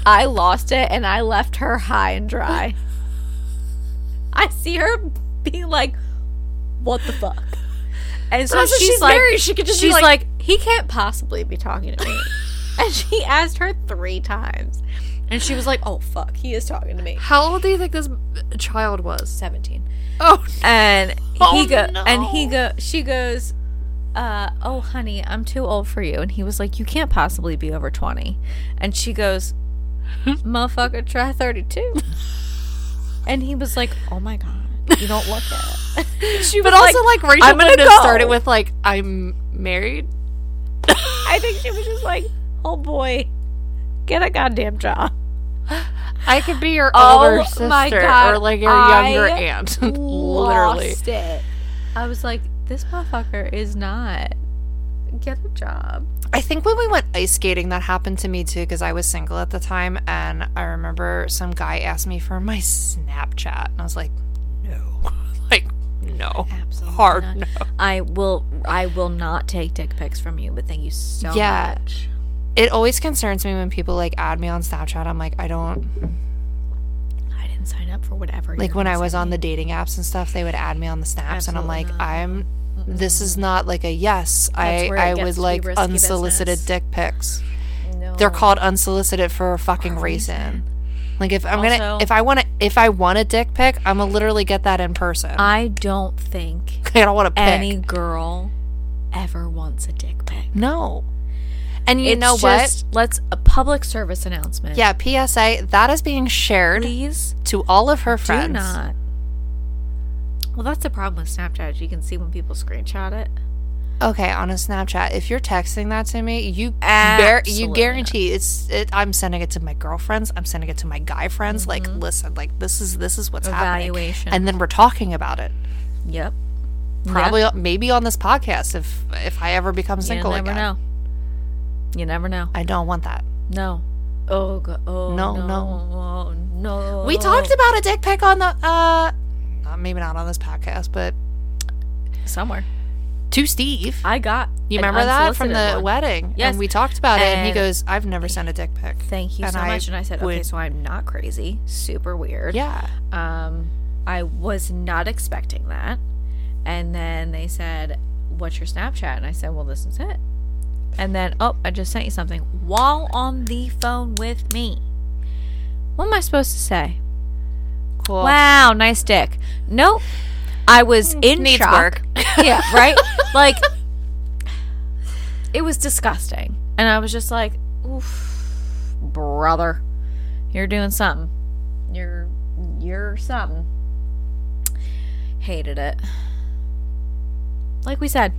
[SPEAKER 2] I lost it, and I left her high and dry. I see her being like, "What the fuck?" And so
[SPEAKER 1] Plus, if
[SPEAKER 2] she's,
[SPEAKER 1] she's
[SPEAKER 2] like,
[SPEAKER 1] married, she could just be
[SPEAKER 2] she's
[SPEAKER 1] like-
[SPEAKER 2] like, "He can't possibly be talking to me." and she asked her three times, and she was like, "Oh fuck, he is talking to me."
[SPEAKER 1] How old do you think this child was?
[SPEAKER 2] Seventeen.
[SPEAKER 1] Oh,
[SPEAKER 2] and
[SPEAKER 1] Oh,
[SPEAKER 2] he go
[SPEAKER 1] no.
[SPEAKER 2] and he go she goes uh oh honey i'm too old for you and he was like you can't possibly be over 20 and she goes motherfucker try 32 and he was like oh my god you don't look it she
[SPEAKER 1] but
[SPEAKER 2] was
[SPEAKER 1] also like, Rachel
[SPEAKER 2] I'm
[SPEAKER 1] would
[SPEAKER 2] gonna
[SPEAKER 1] have
[SPEAKER 2] go.
[SPEAKER 1] started with like I'm married.
[SPEAKER 2] i think she was just like oh boy get a goddamn job
[SPEAKER 1] I could be your
[SPEAKER 2] Oh
[SPEAKER 1] older
[SPEAKER 2] my
[SPEAKER 1] sister
[SPEAKER 2] God,
[SPEAKER 1] or like your
[SPEAKER 2] I
[SPEAKER 1] younger aunt. Literally.
[SPEAKER 2] Lost it. i was like this motherfucker is not get a job
[SPEAKER 1] I think when we went ice skating, that happened to me too because I was single at the time, and I remember some guy asked me for my Snapchat, and I was like, no, like no,
[SPEAKER 2] Absolutely
[SPEAKER 1] hard
[SPEAKER 2] not.
[SPEAKER 1] no.
[SPEAKER 2] I will I will not take dick pics from you, but thank you so
[SPEAKER 1] Yeah.
[SPEAKER 2] much.
[SPEAKER 1] It always concerns me when people like add me on Snapchat. I'm like, I don't
[SPEAKER 2] I didn't sign up for whatever.
[SPEAKER 1] like
[SPEAKER 2] you're
[SPEAKER 1] when I
[SPEAKER 2] gonna
[SPEAKER 1] was
[SPEAKER 2] send
[SPEAKER 1] on
[SPEAKER 2] me.
[SPEAKER 1] the dating apps and stuff. They would add me on the snaps, and I'm like,
[SPEAKER 2] Absolutely not.
[SPEAKER 1] I'm. This is not like a yes.
[SPEAKER 2] That's
[SPEAKER 1] I
[SPEAKER 2] where it
[SPEAKER 1] I
[SPEAKER 2] gets
[SPEAKER 1] would
[SPEAKER 2] to be
[SPEAKER 1] like
[SPEAKER 2] risky
[SPEAKER 1] unsolicited
[SPEAKER 2] business.
[SPEAKER 1] dick pics.
[SPEAKER 2] No.
[SPEAKER 1] They're called unsolicited for a fucking reason. Like if I'm gonna
[SPEAKER 2] Also-
[SPEAKER 1] if I want to if I want a dick pic, I'm gonna literally get that in person. I,
[SPEAKER 2] I don't think
[SPEAKER 1] don't want to pick.
[SPEAKER 2] Uh, any girl ever wants a dick pic.
[SPEAKER 1] no. And you
[SPEAKER 2] it's
[SPEAKER 1] know
[SPEAKER 2] just, Let's a public service announcement.
[SPEAKER 1] what? Yeah, PSA that is being shared
[SPEAKER 2] Please
[SPEAKER 1] to all of her friends.
[SPEAKER 2] do not. Well, that's the problem with Snapchat. is You can see when people screenshot it.
[SPEAKER 1] Okay, on a Snapchat, if you're texting that to me, you bar-
[SPEAKER 2] Absolutely
[SPEAKER 1] you
[SPEAKER 2] not.
[SPEAKER 1] guarantee it's it, I'm sending it to my girlfriends. I'm sending it to my guy friends. Like, listen, like this is this is what's
[SPEAKER 2] Mm-hmm. Evaluation.
[SPEAKER 1] happening, and then we're talking about it.
[SPEAKER 2] Yep.
[SPEAKER 1] Probably maybe on this podcast if if I ever become
[SPEAKER 2] You
[SPEAKER 1] single
[SPEAKER 2] never
[SPEAKER 1] again.
[SPEAKER 2] know. You never know.
[SPEAKER 1] I don't want that.
[SPEAKER 2] No. Oh, go- oh
[SPEAKER 1] No,
[SPEAKER 2] no, no, no.
[SPEAKER 1] We talked about a dick pic on the uh, uh, maybe not on this podcast, but
[SPEAKER 2] somewhere.
[SPEAKER 1] to Steve.
[SPEAKER 2] I got.
[SPEAKER 1] You
[SPEAKER 2] an
[SPEAKER 1] remember that from the
[SPEAKER 2] unsolicited one.
[SPEAKER 1] wedding?
[SPEAKER 2] Yes.
[SPEAKER 1] And we talked about it, and he
[SPEAKER 2] And-
[SPEAKER 1] goes, "I've never sent a dick pic."
[SPEAKER 2] Thank you
[SPEAKER 1] and
[SPEAKER 2] so
[SPEAKER 1] I
[SPEAKER 2] much. And I said, okay,
[SPEAKER 1] would-
[SPEAKER 2] so I'm not crazy. Super weird.
[SPEAKER 1] Yeah.
[SPEAKER 2] Um, I was not expecting that. And then they said, What's your Snapchat? And I said, Well, this is it. And then, oh, I just sent you something while on the phone with me. What am I supposed to say?
[SPEAKER 1] Cool.
[SPEAKER 2] Wow, nice dick. Nope. I was in
[SPEAKER 1] Hmm, Needs
[SPEAKER 2] shock.
[SPEAKER 1] work.
[SPEAKER 2] yeah, right? Like it was disgusting. And I was just like, oof brother. You're doing something. You're you're something. Hated it. Like we said,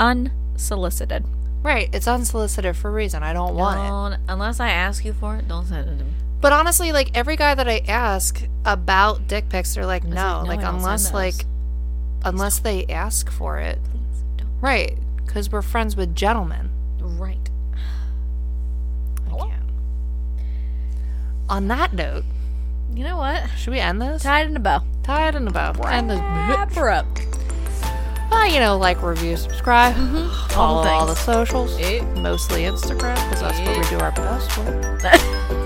[SPEAKER 2] unsolicited.
[SPEAKER 1] Right. It's unsolicited for a reason. I don't want it.
[SPEAKER 2] Don't- Unless I ask you for it, don't send it to me.
[SPEAKER 1] But honestly, like every guy that I ask about dick pics, they're like, no,
[SPEAKER 2] no,
[SPEAKER 1] like
[SPEAKER 2] I don't
[SPEAKER 1] unless
[SPEAKER 2] send
[SPEAKER 1] like
[SPEAKER 2] those.
[SPEAKER 1] unless they ask for it,
[SPEAKER 2] Please don't.
[SPEAKER 1] right? Because we're friends with gentlemen.
[SPEAKER 2] Right.
[SPEAKER 1] I can't. On that note,
[SPEAKER 2] You know what?
[SPEAKER 1] should we end this?
[SPEAKER 2] Tied in a bow.
[SPEAKER 1] Tie it in a bow. End this.
[SPEAKER 2] Wrap her up.
[SPEAKER 1] Well, you know, like, review, subscribe, follow all the
[SPEAKER 2] things.
[SPEAKER 1] socials,
[SPEAKER 2] Eh.
[SPEAKER 1] mostly Instagram, because that's where we do our best work.
[SPEAKER 2] uh,